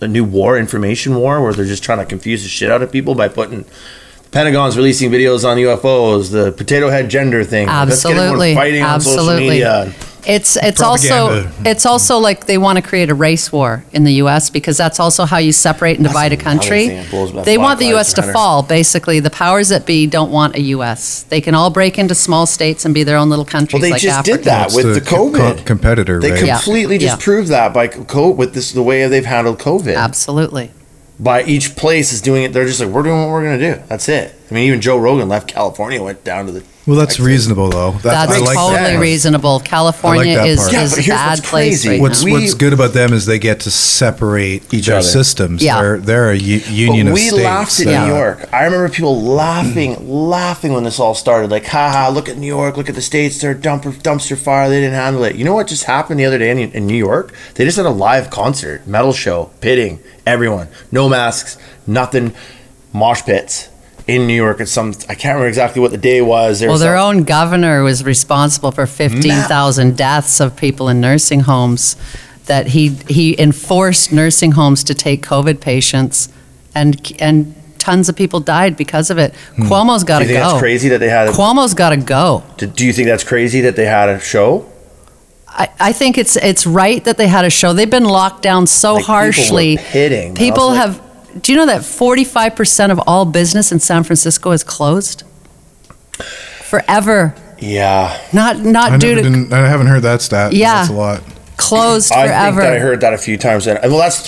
[SPEAKER 3] a new war, information war, where they're just trying to confuse the shit out of people by putting the Pentagon's releasing videos on UFOs, the potato head gender thing. Let's get everyone
[SPEAKER 4] Absolutely.
[SPEAKER 3] fighting on social
[SPEAKER 4] Absolutely.
[SPEAKER 3] media.
[SPEAKER 4] It's it's also
[SPEAKER 2] Propaganda.
[SPEAKER 4] it's also like they want to create a race war in the U.S. because that's also how you separate and divide a country.
[SPEAKER 3] thing that blows my
[SPEAKER 4] They
[SPEAKER 3] mind,
[SPEAKER 4] want the
[SPEAKER 3] Black
[SPEAKER 4] U.S. to
[SPEAKER 3] Lives
[SPEAKER 4] fall. Basically, the powers that be don't want a U.S. They can all break into small states and be their own little countries.
[SPEAKER 3] Well, they
[SPEAKER 4] like
[SPEAKER 3] just
[SPEAKER 4] Africa.
[SPEAKER 3] did that
[SPEAKER 2] It's
[SPEAKER 3] with
[SPEAKER 2] the
[SPEAKER 3] the
[SPEAKER 2] co- co-
[SPEAKER 3] COVID
[SPEAKER 2] competitor,
[SPEAKER 3] They
[SPEAKER 2] right?
[SPEAKER 4] Yeah.
[SPEAKER 3] completely just
[SPEAKER 4] Yeah.
[SPEAKER 3] proved that by co- with this the way they've handled COVID.
[SPEAKER 4] Absolutely.
[SPEAKER 3] By each place is doing it. They're just like we're doing what we're gonna do. That's it. I mean, even Joe Rogan left California, went down to the
[SPEAKER 2] Well, that's reasonable though. That-
[SPEAKER 4] That's
[SPEAKER 2] I like
[SPEAKER 4] totally
[SPEAKER 2] that.
[SPEAKER 4] reasonable. California
[SPEAKER 2] that
[SPEAKER 4] is,
[SPEAKER 2] part.
[SPEAKER 3] Yeah,
[SPEAKER 4] is
[SPEAKER 3] but
[SPEAKER 4] a
[SPEAKER 3] here's
[SPEAKER 4] bad
[SPEAKER 3] what's
[SPEAKER 4] place
[SPEAKER 3] crazy.
[SPEAKER 4] right
[SPEAKER 2] What's
[SPEAKER 4] now.
[SPEAKER 3] We-
[SPEAKER 2] what's good about them is they get to separate
[SPEAKER 3] Each
[SPEAKER 2] their
[SPEAKER 3] other.
[SPEAKER 2] systems.
[SPEAKER 4] Yeah.
[SPEAKER 2] They're they're a u- union
[SPEAKER 3] But
[SPEAKER 2] of
[SPEAKER 3] we
[SPEAKER 2] states. uh,
[SPEAKER 3] laughed at
[SPEAKER 2] that-
[SPEAKER 3] New York. I remember people laughing, laughing when this all started. Like, haha, look at New York, look at the states. They're a dumper, dumpster fire. They didn't handle it. You know what just happened the other day in, in New York? They just had a live concert, metal show, pitting everyone, no masks, nothing, mosh pits in New York. At some, I can't remember exactly what the day was. There
[SPEAKER 4] Well,
[SPEAKER 3] was
[SPEAKER 4] their
[SPEAKER 3] some-
[SPEAKER 4] own governor was responsible for 15,000 deaths of people in nursing homes. That he he enforced nursing homes to take COVID patients, and and tons of people died because of it. Cuomo's got
[SPEAKER 3] Hmm. Do
[SPEAKER 4] to
[SPEAKER 3] you think
[SPEAKER 4] go.
[SPEAKER 3] that's crazy that they had? A,
[SPEAKER 4] Cuomo's got to go.
[SPEAKER 3] do- do you think that's crazy that they had a show?
[SPEAKER 4] I, I think it's it's right that they had a show. They've been locked down so
[SPEAKER 3] Like, people were
[SPEAKER 4] harshly.
[SPEAKER 3] pitting. I was
[SPEAKER 4] People
[SPEAKER 3] like-
[SPEAKER 4] have. Do you know that forty five percent of all business in San Francisco is closed forever?
[SPEAKER 3] Yeah,
[SPEAKER 4] Not not
[SPEAKER 2] I,
[SPEAKER 4] due
[SPEAKER 2] never
[SPEAKER 4] to
[SPEAKER 2] didn't, I haven't heard that stat.
[SPEAKER 4] Yeah.
[SPEAKER 2] That's a lot.
[SPEAKER 4] closed
[SPEAKER 3] I think
[SPEAKER 4] forever.
[SPEAKER 3] that I heard that a few times. And well, that's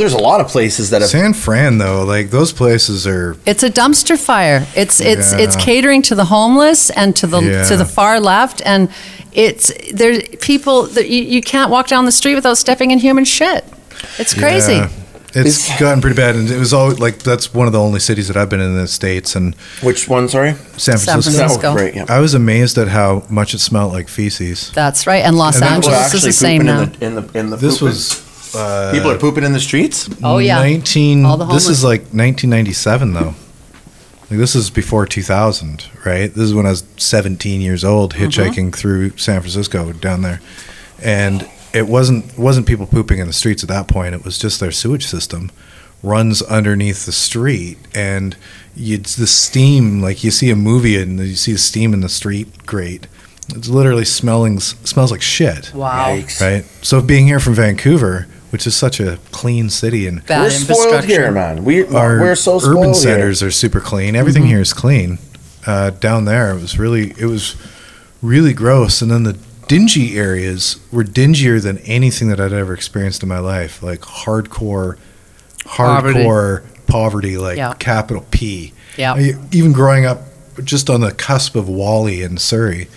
[SPEAKER 3] there's a lot of places that have
[SPEAKER 2] San Fran though, like those places are
[SPEAKER 4] It's a dumpster fire. It's it's it's
[SPEAKER 2] Yeah.
[SPEAKER 4] catering to the homeless and to the
[SPEAKER 2] Yeah.
[SPEAKER 4] to the far left, and it's there people that you, you can't walk down the street without stepping in human shit. It's crazy.
[SPEAKER 2] Yeah. It's gotten pretty bad, and it was all like that's one of the only cities that I've been in the states and
[SPEAKER 3] Which one? Sorry,
[SPEAKER 2] San
[SPEAKER 4] San
[SPEAKER 2] Francisco.
[SPEAKER 4] Francisco.
[SPEAKER 3] Oh, great. Yeah.
[SPEAKER 2] I was amazed at how much it smelled like feces.
[SPEAKER 4] That's right. And Los
[SPEAKER 2] And people are
[SPEAKER 4] Angeles is the same
[SPEAKER 3] pooping
[SPEAKER 4] now.
[SPEAKER 3] in the in the, in the
[SPEAKER 2] This
[SPEAKER 3] pooping.
[SPEAKER 2] was uh,
[SPEAKER 3] people are pooping in the streets.
[SPEAKER 4] Oh, yeah.
[SPEAKER 2] 19.
[SPEAKER 4] All the
[SPEAKER 2] this
[SPEAKER 4] homeless.
[SPEAKER 2] is like 1997 though. Like this is before 2000, right? This is when I was 17 years old,
[SPEAKER 4] Mm-hmm.
[SPEAKER 2] hitchhiking through San Francisco down there, and it wasn't wasn't people pooping in the streets at that point. It was just their sewage system runs underneath the street, and you, it's the steam. Like you see a movie and you see the steam in the street grate. It's literally smelling smells like shit
[SPEAKER 4] Wow.
[SPEAKER 3] Yikes.
[SPEAKER 2] right? So being here from Vancouver, which is such a clean city, and
[SPEAKER 4] Bad
[SPEAKER 3] We're spoiled
[SPEAKER 4] infrastructure.
[SPEAKER 3] here, man. We
[SPEAKER 2] our
[SPEAKER 3] we're so spoiled
[SPEAKER 2] urban
[SPEAKER 3] here. Mm-hmm.
[SPEAKER 2] centers are super clean. Everything here is clean. Uh, down there, it was really it was really gross, and then the dingy areas were dingier than anything that I'd ever experienced in my life. Like hardcore,
[SPEAKER 4] Poverty.
[SPEAKER 2] hardcore poverty, like
[SPEAKER 4] Yeah.
[SPEAKER 2] capital P.
[SPEAKER 4] Yeah.
[SPEAKER 2] I- Even growing up, just on the cusp of Wally in Surrey,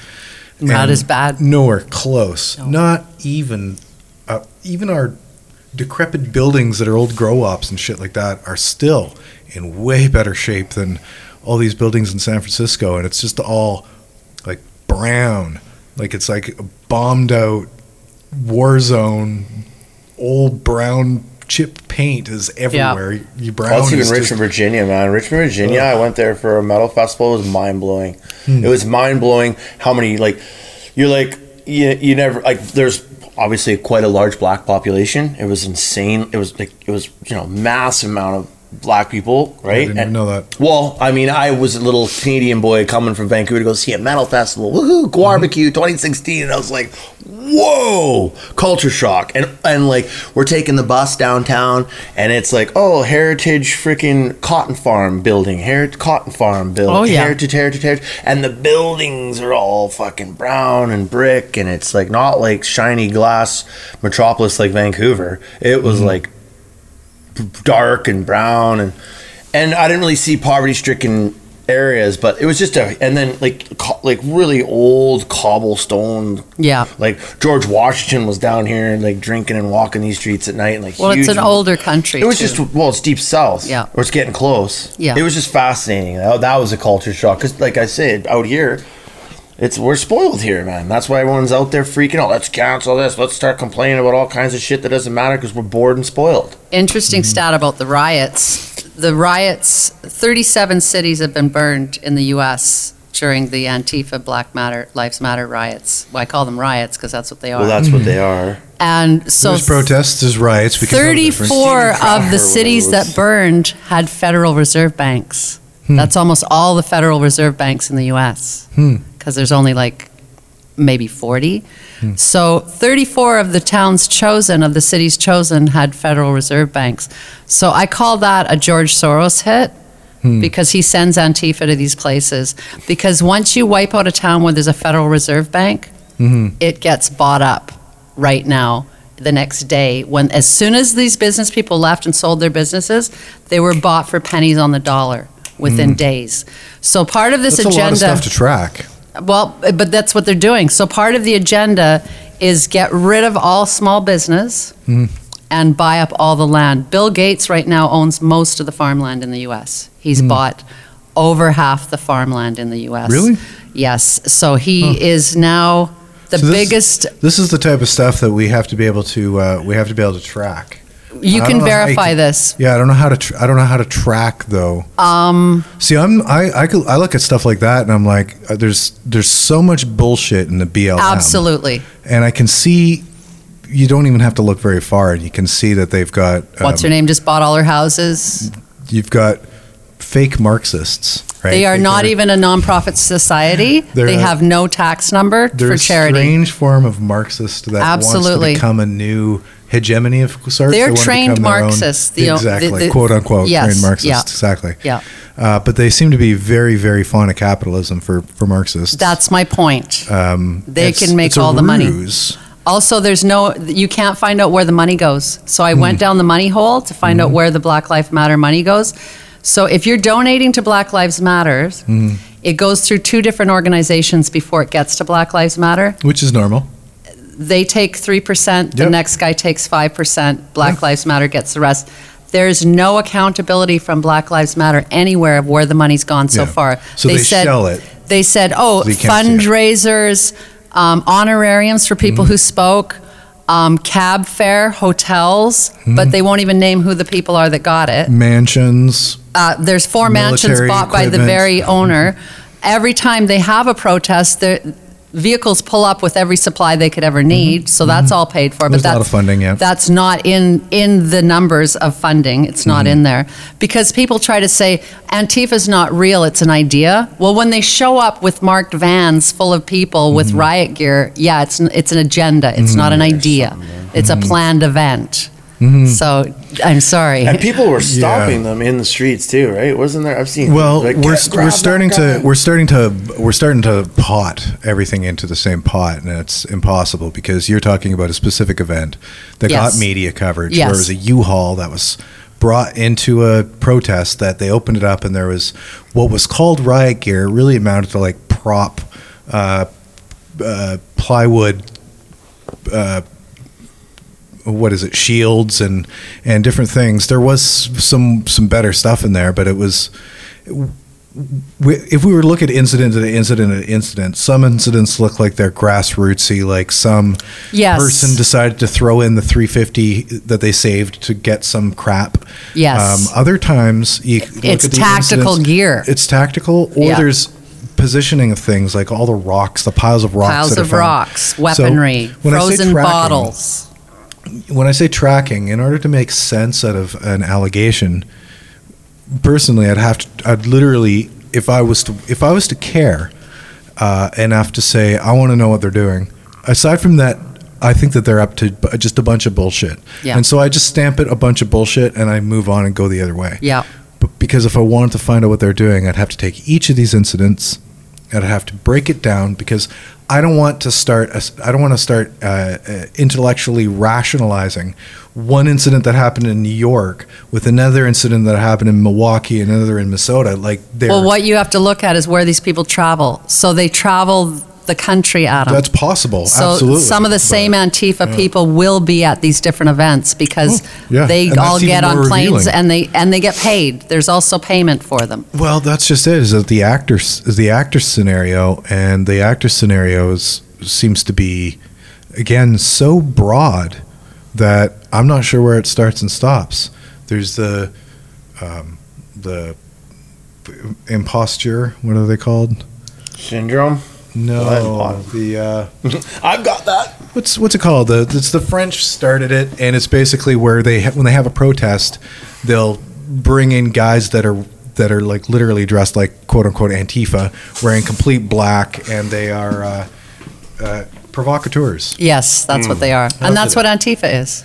[SPEAKER 4] Not
[SPEAKER 2] and
[SPEAKER 4] as bad.
[SPEAKER 2] Nowhere close.
[SPEAKER 4] No.
[SPEAKER 2] Not even, uh, even our decrepit buildings that are old grow ups and shit like that are still in way better shape than all these buildings in San Francisco. And it's just all like brown, like it's like a bombed out war zone. Old brown chip paint is everywhere. You brown.
[SPEAKER 3] That's even
[SPEAKER 2] is just-
[SPEAKER 3] Richmond, Virginia, man. Richmond, Virginia. I went there for a metal festival. It was mind blowing.
[SPEAKER 2] Hmm.
[SPEAKER 3] It was mind blowing how many like you're like you, you never like there's obviously quite a large black population. It was insane. It was like it was you know massive amount of black people, right?
[SPEAKER 2] I didn't even know that.
[SPEAKER 3] Well, I mean, I was a little Canadian boy coming from Vancouver to go see a metal festival. Woohoo,
[SPEAKER 4] Mm-hmm.
[SPEAKER 3] barbecue 2016. And I was like, whoa, culture shock. And, and like, we're taking the bus downtown, and it's like, oh, heritage freaking cotton farm building, heritage cotton farm building,
[SPEAKER 4] Oh, yeah.
[SPEAKER 3] heritage, heritage, heritage. And the buildings are all fucking brown and brick, and it's like not like shiny glass metropolis like Vancouver. It was
[SPEAKER 4] Mm-hmm.
[SPEAKER 3] like dark and brown and and I didn't really see poverty stricken areas, but it was just a and then like co- like really old cobblestone
[SPEAKER 4] Yeah.
[SPEAKER 3] like George Washington was down here and like drinking and walking these streets at night and like
[SPEAKER 4] Well, it's
[SPEAKER 3] huge-
[SPEAKER 4] an older country.
[SPEAKER 3] it was
[SPEAKER 4] too.
[SPEAKER 3] just well, it's deep south.
[SPEAKER 4] Yeah.
[SPEAKER 3] or it's getting close.
[SPEAKER 4] Yeah.
[SPEAKER 3] it was just fascinating. That, that was a culture shock because, like I said, out here, it's we're spoiled here, man. That's why everyone's out there freaking out. Let's cancel this. Let's start complaining about all kinds of shit that doesn't matter because we're bored and spoiled.
[SPEAKER 4] interesting
[SPEAKER 2] Mm-hmm.
[SPEAKER 4] stat about the riots. The riots, 37 cities have been burned in the U.S. during the Antifa Black Matter Lives Matter riots. Well, I call them riots because that's what they are.
[SPEAKER 3] Well, that's what
[SPEAKER 4] *clears throat*
[SPEAKER 3] they are.
[SPEAKER 4] and so
[SPEAKER 2] there's protests, there's riots. We can tell the difference.
[SPEAKER 4] 34
[SPEAKER 3] Steven
[SPEAKER 4] of
[SPEAKER 3] Crowder
[SPEAKER 4] the cities
[SPEAKER 3] was-
[SPEAKER 4] that burned had Federal Reserve banks.
[SPEAKER 2] Hmm.
[SPEAKER 4] That's almost all the Federal Reserve banks in the US because there's only like maybe 40.
[SPEAKER 2] Hmm.
[SPEAKER 4] So 34 of the towns chosen, of the cities chosen, had Federal Reserve banks. So I call that a George Soros hit.
[SPEAKER 2] Hmm.
[SPEAKER 4] Because he sends Antifa to these places. Because once you wipe out a town where there's a Federal Reserve Bank,
[SPEAKER 2] Mm-hmm.
[SPEAKER 4] it gets bought up right now the next day when as soon as these business people left and sold their businesses they were bought for pennies on the dollar within days so part of this
[SPEAKER 2] Mm. That's a lot
[SPEAKER 4] agenda
[SPEAKER 2] of stuff to track.
[SPEAKER 4] Well, but that's what they're doing. So part of the agenda is get rid of all small business
[SPEAKER 2] Mhm.
[SPEAKER 4] and buy up all the land. Bill Gates right now owns most of the farmland in the U.S. He's
[SPEAKER 2] Mm.
[SPEAKER 4] bought over half the farmland in the U.S.
[SPEAKER 2] Really?
[SPEAKER 4] Yes. So he is now the
[SPEAKER 2] So this-
[SPEAKER 4] biggest.
[SPEAKER 2] This is the type of stuff that we have to be able to uh, we have to be able to track.
[SPEAKER 4] You
[SPEAKER 2] I don't
[SPEAKER 4] can
[SPEAKER 2] know how you
[SPEAKER 4] verify
[SPEAKER 2] can-
[SPEAKER 4] this.
[SPEAKER 2] Yeah, I don't know how to tr- I don't know how to track though.
[SPEAKER 4] Um,
[SPEAKER 2] See, I'm I I, could, I look at stuff like that and I'm like, uh, there's there's so much bullshit in the BLM.
[SPEAKER 4] absolutely.
[SPEAKER 2] And I can see you don't even have to look very far, and you can see that they've got um,
[SPEAKER 4] What's her name? Just bought all her houses.
[SPEAKER 2] You've got fake Marxists. Right?
[SPEAKER 4] They are
[SPEAKER 2] Like,
[SPEAKER 4] not
[SPEAKER 2] they're-
[SPEAKER 4] even a nonprofit
[SPEAKER 2] *gasps*
[SPEAKER 4] society.
[SPEAKER 2] They're
[SPEAKER 4] They
[SPEAKER 2] a-
[SPEAKER 4] have no tax number
[SPEAKER 2] They're
[SPEAKER 4] for
[SPEAKER 2] a
[SPEAKER 4] charity.
[SPEAKER 2] strange form of Marxist that wants to
[SPEAKER 4] Absolutely.
[SPEAKER 2] become a new hegemony of sorts.
[SPEAKER 4] They're
[SPEAKER 2] They want to
[SPEAKER 4] trained
[SPEAKER 2] become their own-
[SPEAKER 4] Marxists, the- the-
[SPEAKER 2] exactly,
[SPEAKER 4] the-
[SPEAKER 2] quote unquote
[SPEAKER 4] yes,
[SPEAKER 2] trained Marxists.
[SPEAKER 4] yeah.
[SPEAKER 2] Exactly.
[SPEAKER 4] Yeah.
[SPEAKER 2] Uh, but they seem to be very, very fond of capitalism for for Marxists.
[SPEAKER 4] That's my point.
[SPEAKER 2] um,
[SPEAKER 4] they
[SPEAKER 2] it's-
[SPEAKER 4] can make
[SPEAKER 2] it's a
[SPEAKER 4] all the money.
[SPEAKER 2] ruse.
[SPEAKER 4] Also, there's no, you can't find out where the money goes. So I
[SPEAKER 2] Hmm.
[SPEAKER 4] went down the money hole to find out where the Black Lives Matter money goes. So if you're donating to Black Lives Matters,
[SPEAKER 2] Hmm.
[SPEAKER 4] it goes through two different organizations before it gets to Black Lives Matter.
[SPEAKER 2] which is normal.
[SPEAKER 4] They take 3%, the
[SPEAKER 2] Yep.
[SPEAKER 4] next guy takes 5%, Black Lives Matter gets the rest. There's no accountability from Black Lives Matter anywhere of where the money's gone so
[SPEAKER 2] Yeah.
[SPEAKER 4] far.
[SPEAKER 2] So they, shell it.
[SPEAKER 4] they said, oh,
[SPEAKER 2] So you can't see
[SPEAKER 4] fundraisers, um, honorariums for people
[SPEAKER 2] Mm-hmm.
[SPEAKER 4] who spoke, um, cab fare, hotels,
[SPEAKER 2] Mm-hmm.
[SPEAKER 4] but they won't even name who the people are that got it.
[SPEAKER 2] Mansions.
[SPEAKER 4] Uh, there's four mansions
[SPEAKER 2] Military
[SPEAKER 4] bought by the
[SPEAKER 2] equipment.
[SPEAKER 4] very owner. Every time they have a protest, their vehicles pull up with every supply they could ever need. So that's all paid for.
[SPEAKER 2] Mm-hmm. There's
[SPEAKER 4] but
[SPEAKER 2] a
[SPEAKER 4] that's
[SPEAKER 2] lot of funding. Yeah.
[SPEAKER 4] that's not in in the numbers of funding. It's not
[SPEAKER 2] Mm-hmm.
[SPEAKER 4] in there because people try to say Antifa's not real. It's an idea. Well, when they show up with marked vans full of people with
[SPEAKER 2] Mm-hmm.
[SPEAKER 4] riot gear, yeah, it's an, it's an agenda. It's not an idea. It's
[SPEAKER 2] Mm-hmm.
[SPEAKER 4] a planned event. So I'm sorry.
[SPEAKER 2] *laughs*
[SPEAKER 3] And people were stopping them in the streets too, right? Wasn't there? I've seen.
[SPEAKER 2] Well,
[SPEAKER 3] like,
[SPEAKER 2] we're,
[SPEAKER 3] "Grab
[SPEAKER 2] we're
[SPEAKER 3] that
[SPEAKER 2] starting to
[SPEAKER 3] guy."
[SPEAKER 2] we're starting to we're starting to pot everything into the same pot, and it's impossible because you're talking about a specific event that
[SPEAKER 4] Yes.
[SPEAKER 2] got media coverage.
[SPEAKER 4] Yes.
[SPEAKER 2] There was a U-Haul that was brought into a protest that they opened it up, and there was what was called riot gear really amounted to like prop uh, uh, plywood. Uh, what is it? Shields and and different things. There was some some better stuff in there, but it was we, if we were to look at incident to incident to incident, some incidents look like they're grassrootsy, like some
[SPEAKER 4] yes.
[SPEAKER 2] person decided to throw in the 350 that they saved to get some crap. Um,
[SPEAKER 4] Yes.
[SPEAKER 2] other times, you look
[SPEAKER 4] it's
[SPEAKER 2] at these
[SPEAKER 4] tactical
[SPEAKER 2] incidents,
[SPEAKER 4] gear.
[SPEAKER 2] It's tactical, or
[SPEAKER 4] Yeah.
[SPEAKER 2] there's positioning of things like all the rocks, the piles of rocks.
[SPEAKER 4] piles
[SPEAKER 2] that are
[SPEAKER 4] of
[SPEAKER 2] found.
[SPEAKER 4] rocks,
[SPEAKER 2] So,
[SPEAKER 4] weaponry,
[SPEAKER 2] when I say
[SPEAKER 4] frozen
[SPEAKER 2] tracking-
[SPEAKER 4] bottles.
[SPEAKER 2] when I say tracking, in order to make sense out of an allegation, personally, I'd have to, I'd literally, if I was to, if I was to care uh, enough to say, I want to know what they're doing. Aside from that, I think that they're up to b- just a bunch of bullshit.
[SPEAKER 4] Yeah.
[SPEAKER 2] And so I just stamp it a bunch of bullshit and I move on and go the other way.
[SPEAKER 4] Yeah.
[SPEAKER 2] But because if I wanted to find out what they're doing, I'd have to take each of these incidents and I'd have to break it down because I don't want to start. a s- I don't want to start uh, uh, intellectually rationalizing one incident that happened in New York with another incident that happened in Milwaukee, and another in Minnesota. Like they're
[SPEAKER 4] Well, what you have to look at is where these people travel. So they travel the country, Adam.
[SPEAKER 2] that's possible.
[SPEAKER 4] so
[SPEAKER 2] absolutely.
[SPEAKER 4] some of the same Antifa people will be at these different events because
[SPEAKER 2] Oh, yeah.
[SPEAKER 4] they
[SPEAKER 2] And that's
[SPEAKER 4] all
[SPEAKER 2] even
[SPEAKER 4] get on
[SPEAKER 2] more
[SPEAKER 4] planes
[SPEAKER 2] revealing.
[SPEAKER 4] and they and they get paid. There's also payment for them.
[SPEAKER 2] Well, that's just it. Is that the actors is the actor scenario, and the actor scenario is, seems to be again so broad that I'm not sure where it starts and stops. There's the um, the imposture. What are they called?
[SPEAKER 3] syndrome.
[SPEAKER 2] No,
[SPEAKER 3] What?
[SPEAKER 2] the uh,
[SPEAKER 3] I've got that.
[SPEAKER 2] what's what's it called? The it's the French started it, and it's basically where they ha- when they have a protest, they'll bring in guys that are that are like literally dressed like quote unquote antifa, wearing complete black, and they are uh, uh, provocateurs.
[SPEAKER 4] Yes, that's
[SPEAKER 2] Hmm.
[SPEAKER 4] what they are, and that's
[SPEAKER 2] Okay.
[SPEAKER 4] what Antifa is.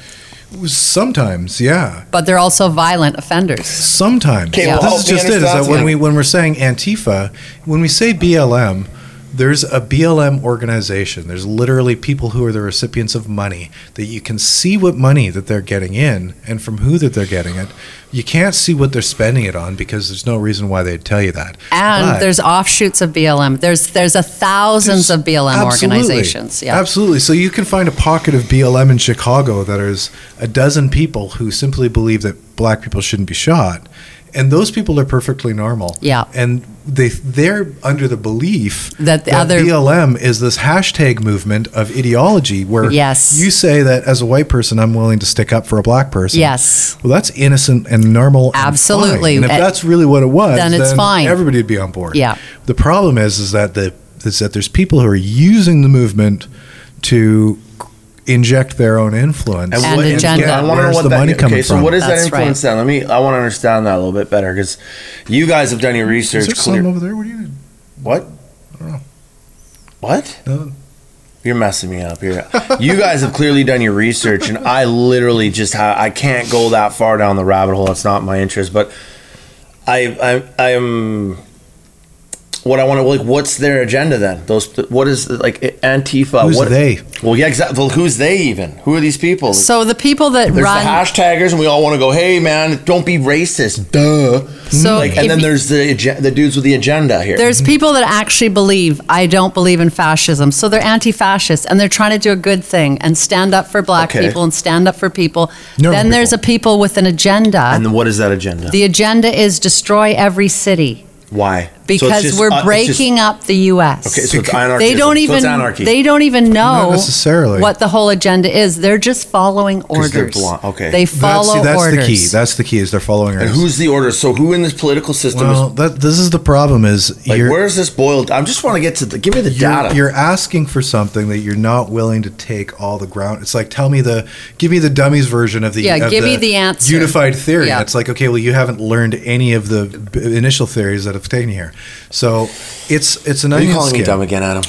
[SPEAKER 2] Sometimes, yeah,
[SPEAKER 4] But they're also violent offenders.
[SPEAKER 2] sometimes.
[SPEAKER 3] Okay,
[SPEAKER 4] well,
[SPEAKER 2] this
[SPEAKER 3] I'll
[SPEAKER 2] is
[SPEAKER 3] be
[SPEAKER 2] just it. Is that
[SPEAKER 3] understand.
[SPEAKER 2] when we when we're saying antifa, when we say BLM, There's a BLM organization. There's literally people who are the recipients of money that you can see what money that they're getting in and from who that they're getting it. You can't see what they're spending it on because there's no reason why they'd tell you that.
[SPEAKER 4] And
[SPEAKER 2] But-
[SPEAKER 4] there's offshoots of BLM. There's there's a thousands of BLM
[SPEAKER 2] Absolutely.
[SPEAKER 4] organizations. Yeah.
[SPEAKER 2] Absolutely. So you can find a pocket of BLM in Chicago that is a dozen people who simply believe that black people shouldn't be shot. And those people are perfectly normal.
[SPEAKER 4] Yeah.
[SPEAKER 2] And they they're under the belief
[SPEAKER 4] That the other-
[SPEAKER 2] BLM is this hashtag movement of ideology where
[SPEAKER 4] Yes.
[SPEAKER 2] you say that as a white person I'm willing to stick up for a black person.
[SPEAKER 4] Yes.
[SPEAKER 2] Well that's innocent and normal. and fine.
[SPEAKER 4] Absolutely.
[SPEAKER 2] And, if
[SPEAKER 4] Uh,
[SPEAKER 2] that's really what it was,
[SPEAKER 4] then it's fine.
[SPEAKER 2] Everybody would be on board.
[SPEAKER 4] Yeah.
[SPEAKER 2] The problem is, is that the is that there's people who are using the movement to inject their own influence
[SPEAKER 4] And
[SPEAKER 3] what-
[SPEAKER 4] agenda.
[SPEAKER 3] I
[SPEAKER 2] get
[SPEAKER 3] wonder
[SPEAKER 2] where's
[SPEAKER 3] what
[SPEAKER 2] the
[SPEAKER 3] that-
[SPEAKER 2] money coming
[SPEAKER 3] okay, so
[SPEAKER 2] from.
[SPEAKER 3] what is
[SPEAKER 4] That's
[SPEAKER 3] that influence then? Let me. I want to understand that a little bit better because you guys have done your
[SPEAKER 2] is
[SPEAKER 3] research.
[SPEAKER 2] there
[SPEAKER 3] Clear.
[SPEAKER 2] something over there? What are you?
[SPEAKER 3] what?
[SPEAKER 2] don't know.
[SPEAKER 3] What?
[SPEAKER 2] No.
[SPEAKER 3] You're messing me up here. you guys have clearly done your research, and I literally just ha- I can't go that far down the rabbit hole. That's not my interest. But I I I'm what I want to like. What's their agenda then? Those what is like Antifa?
[SPEAKER 2] Who's
[SPEAKER 3] what
[SPEAKER 2] they?
[SPEAKER 3] Well, yeah, exactly. Well, who's they even? Who are these people?
[SPEAKER 4] So the people that
[SPEAKER 3] There's
[SPEAKER 4] run
[SPEAKER 3] the hashtaggers, and we all want to go, "Hey, man, don't be racist." Duh.
[SPEAKER 4] So
[SPEAKER 3] like, and
[SPEAKER 4] if
[SPEAKER 3] then
[SPEAKER 4] you-
[SPEAKER 3] there's the agen- the dudes with the agenda here.
[SPEAKER 2] Mm-hmm.
[SPEAKER 4] There's people that actually believe I don't believe in fascism, so they're anti-fascist and they're trying to do a good thing and stand up for black
[SPEAKER 3] Okay.
[SPEAKER 4] people and stand up for people.
[SPEAKER 2] Normal
[SPEAKER 4] then there's a
[SPEAKER 2] people.
[SPEAKER 4] people with an agenda.
[SPEAKER 3] and then what is that agenda?
[SPEAKER 4] the agenda is destroy every city
[SPEAKER 3] Why? So it's
[SPEAKER 4] because
[SPEAKER 3] just- uh,
[SPEAKER 4] we're
[SPEAKER 3] it's just-
[SPEAKER 4] breaking up the U.S.
[SPEAKER 3] okay, so it's anarchy.
[SPEAKER 4] they don't even
[SPEAKER 3] So it's anarchy.
[SPEAKER 4] they don't even know
[SPEAKER 2] Not necessarily.
[SPEAKER 4] what the whole agenda is. They're just following
[SPEAKER 3] 'Cause they're
[SPEAKER 4] orders.
[SPEAKER 3] blo- okay.
[SPEAKER 4] they
[SPEAKER 3] That's-
[SPEAKER 2] That's,
[SPEAKER 4] follow
[SPEAKER 2] see, that's
[SPEAKER 4] orders.
[SPEAKER 2] the key. That's the key. Is they're following
[SPEAKER 3] and
[SPEAKER 2] orders.
[SPEAKER 3] who's the order? So who in this political system
[SPEAKER 2] well?
[SPEAKER 3] is
[SPEAKER 2] That this is the problem. Is
[SPEAKER 3] like?
[SPEAKER 2] you're
[SPEAKER 3] Where's this boiled? I just want to get to the. Give me the
[SPEAKER 2] you're,
[SPEAKER 3] data.
[SPEAKER 2] you're asking for something that you're not willing to take all the ground. It's like tell me the give me the dummies version of the
[SPEAKER 4] Yeah,
[SPEAKER 2] of
[SPEAKER 4] give me the answer.
[SPEAKER 2] unified theory.
[SPEAKER 4] Yeah.
[SPEAKER 2] It's like okay, well you haven't learned any of the b- initial theories that have taken you here. So it's it's an
[SPEAKER 3] Are you
[SPEAKER 2] onion
[SPEAKER 3] calling
[SPEAKER 2] skin.
[SPEAKER 3] me dumb again, Adam?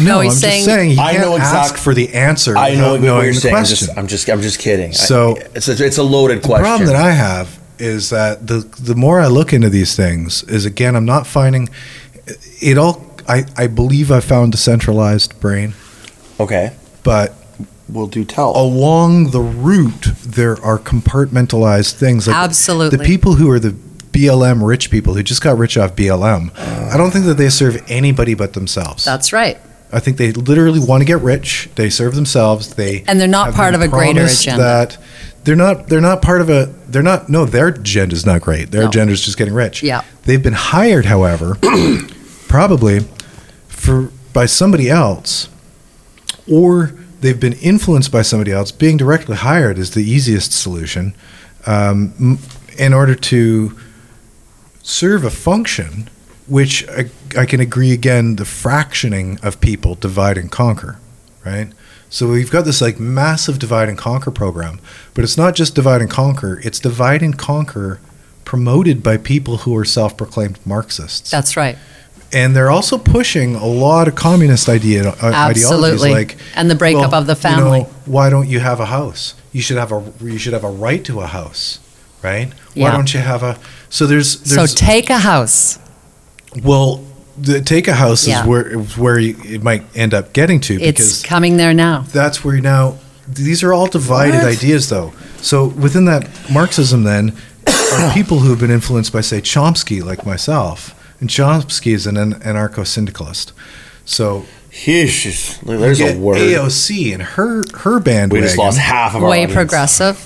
[SPEAKER 2] No,
[SPEAKER 4] No, he's
[SPEAKER 2] I'm just
[SPEAKER 4] saying-
[SPEAKER 2] saying you
[SPEAKER 3] I
[SPEAKER 2] can't
[SPEAKER 3] know exact-
[SPEAKER 2] ask for the answer.
[SPEAKER 3] I know
[SPEAKER 2] without
[SPEAKER 3] what
[SPEAKER 2] knowing
[SPEAKER 3] you're
[SPEAKER 2] the
[SPEAKER 3] saying. I'm
[SPEAKER 2] question.
[SPEAKER 3] just, I'm just, I'm just kidding. I-
[SPEAKER 2] So-
[SPEAKER 3] it's a, it's a loaded
[SPEAKER 2] The
[SPEAKER 3] question.
[SPEAKER 2] problem that I have is that the the more I look into these things is again I'm not finding it all. I, I believe I found a centralized brain,
[SPEAKER 3] okay,
[SPEAKER 2] but
[SPEAKER 3] we'll do tell.
[SPEAKER 2] Oh. along the route there are compartmentalized things like
[SPEAKER 4] Absolutely.
[SPEAKER 2] the people who are the BLM rich people who just got rich off BLM I don't think that they serve anybody but themselves
[SPEAKER 4] That's right.
[SPEAKER 2] I think they literally want to get rich they serve themselves they
[SPEAKER 4] And they're not
[SPEAKER 2] have
[SPEAKER 4] part
[SPEAKER 2] been
[SPEAKER 4] of a greater
[SPEAKER 2] promised
[SPEAKER 4] agenda.
[SPEAKER 2] that they're not they're not part of a they're not no their agenda's not great their
[SPEAKER 4] No.
[SPEAKER 2] agenda's just getting rich
[SPEAKER 4] Yeah.
[SPEAKER 2] they've been hired however probably for by somebody else or they've been influenced by somebody else being directly hired is the easiest solution um, m- in order to serve a function which I, I can agree again the fractioning of people divide and conquer right so we've got this like massive divide and conquer program but it's not just divide and conquer it's divide and conquer promoted by people who are self-proclaimed marxists
[SPEAKER 4] That's right.
[SPEAKER 2] and they're also pushing a lot of communist idea, uh, ideologies
[SPEAKER 4] Absolutely.
[SPEAKER 2] like
[SPEAKER 4] and the breakup
[SPEAKER 2] well,
[SPEAKER 4] of the
[SPEAKER 2] you know,
[SPEAKER 4] family.
[SPEAKER 2] why don't you have a house? You should have a you should have a right to a house, right? Why
[SPEAKER 4] Yeah.
[SPEAKER 2] don't you have a so there's
[SPEAKER 4] so
[SPEAKER 2] there's
[SPEAKER 4] take a house.
[SPEAKER 2] well the take a house
[SPEAKER 4] Yeah.
[SPEAKER 2] is where where you, it might end up getting to
[SPEAKER 4] It's
[SPEAKER 2] because
[SPEAKER 4] coming there now.
[SPEAKER 2] that's where you now these are all divided ideas though. So within that Marxism then
[SPEAKER 4] *coughs*
[SPEAKER 2] are people who have been influenced by say Chomsky like myself. And Chomsky is an anarcho syndicalist. So
[SPEAKER 3] Heesh, there's
[SPEAKER 2] get
[SPEAKER 3] a word.
[SPEAKER 2] AOC and her her band.
[SPEAKER 3] we just lost half of our
[SPEAKER 4] Way
[SPEAKER 3] audience.
[SPEAKER 4] progressive.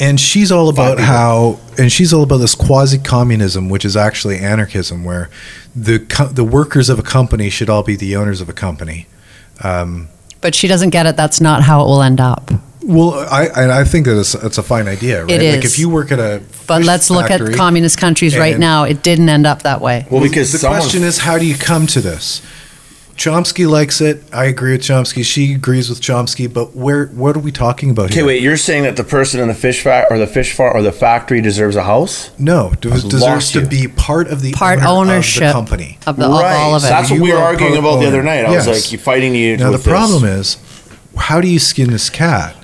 [SPEAKER 2] and she's all about
[SPEAKER 3] people.
[SPEAKER 2] how and she's all about this quasi communism which is actually anarchism where the co- the workers of a company should all be the owners of a company um,
[SPEAKER 4] But she doesn't get it. That's not how it will end up.
[SPEAKER 2] well i and i think that it's, it's a fine idea right
[SPEAKER 4] It
[SPEAKER 2] like
[SPEAKER 4] is.
[SPEAKER 2] if you work at a
[SPEAKER 4] But
[SPEAKER 2] fish
[SPEAKER 4] let's look at
[SPEAKER 2] factory-
[SPEAKER 4] communist countries right
[SPEAKER 2] and-
[SPEAKER 4] now. It didn't end up that way.
[SPEAKER 3] Well, because
[SPEAKER 2] the
[SPEAKER 3] someone
[SPEAKER 2] question is how do you come to this chomsky likes it i agree with chomsky she agrees with chomsky but where what are we talking about
[SPEAKER 3] Okay,
[SPEAKER 2] here
[SPEAKER 3] wait. You're saying that the person in the fish fa- or the fish farm or the factory deserves a house?
[SPEAKER 2] no d-
[SPEAKER 3] I've
[SPEAKER 2] deserves
[SPEAKER 3] lost
[SPEAKER 2] to
[SPEAKER 3] you.
[SPEAKER 2] be part of the
[SPEAKER 4] Part
[SPEAKER 2] owner of the
[SPEAKER 4] ownership
[SPEAKER 2] company
[SPEAKER 4] of, the, of all of
[SPEAKER 3] So
[SPEAKER 4] it.
[SPEAKER 3] that's what we
[SPEAKER 2] You
[SPEAKER 3] were
[SPEAKER 2] are
[SPEAKER 3] arguing about
[SPEAKER 2] pro-owner.
[SPEAKER 3] the other night. I was
[SPEAKER 2] Yes.
[SPEAKER 3] like, you fighting you.
[SPEAKER 2] Now the
[SPEAKER 3] with this.
[SPEAKER 2] problem is, how do you skin this cat?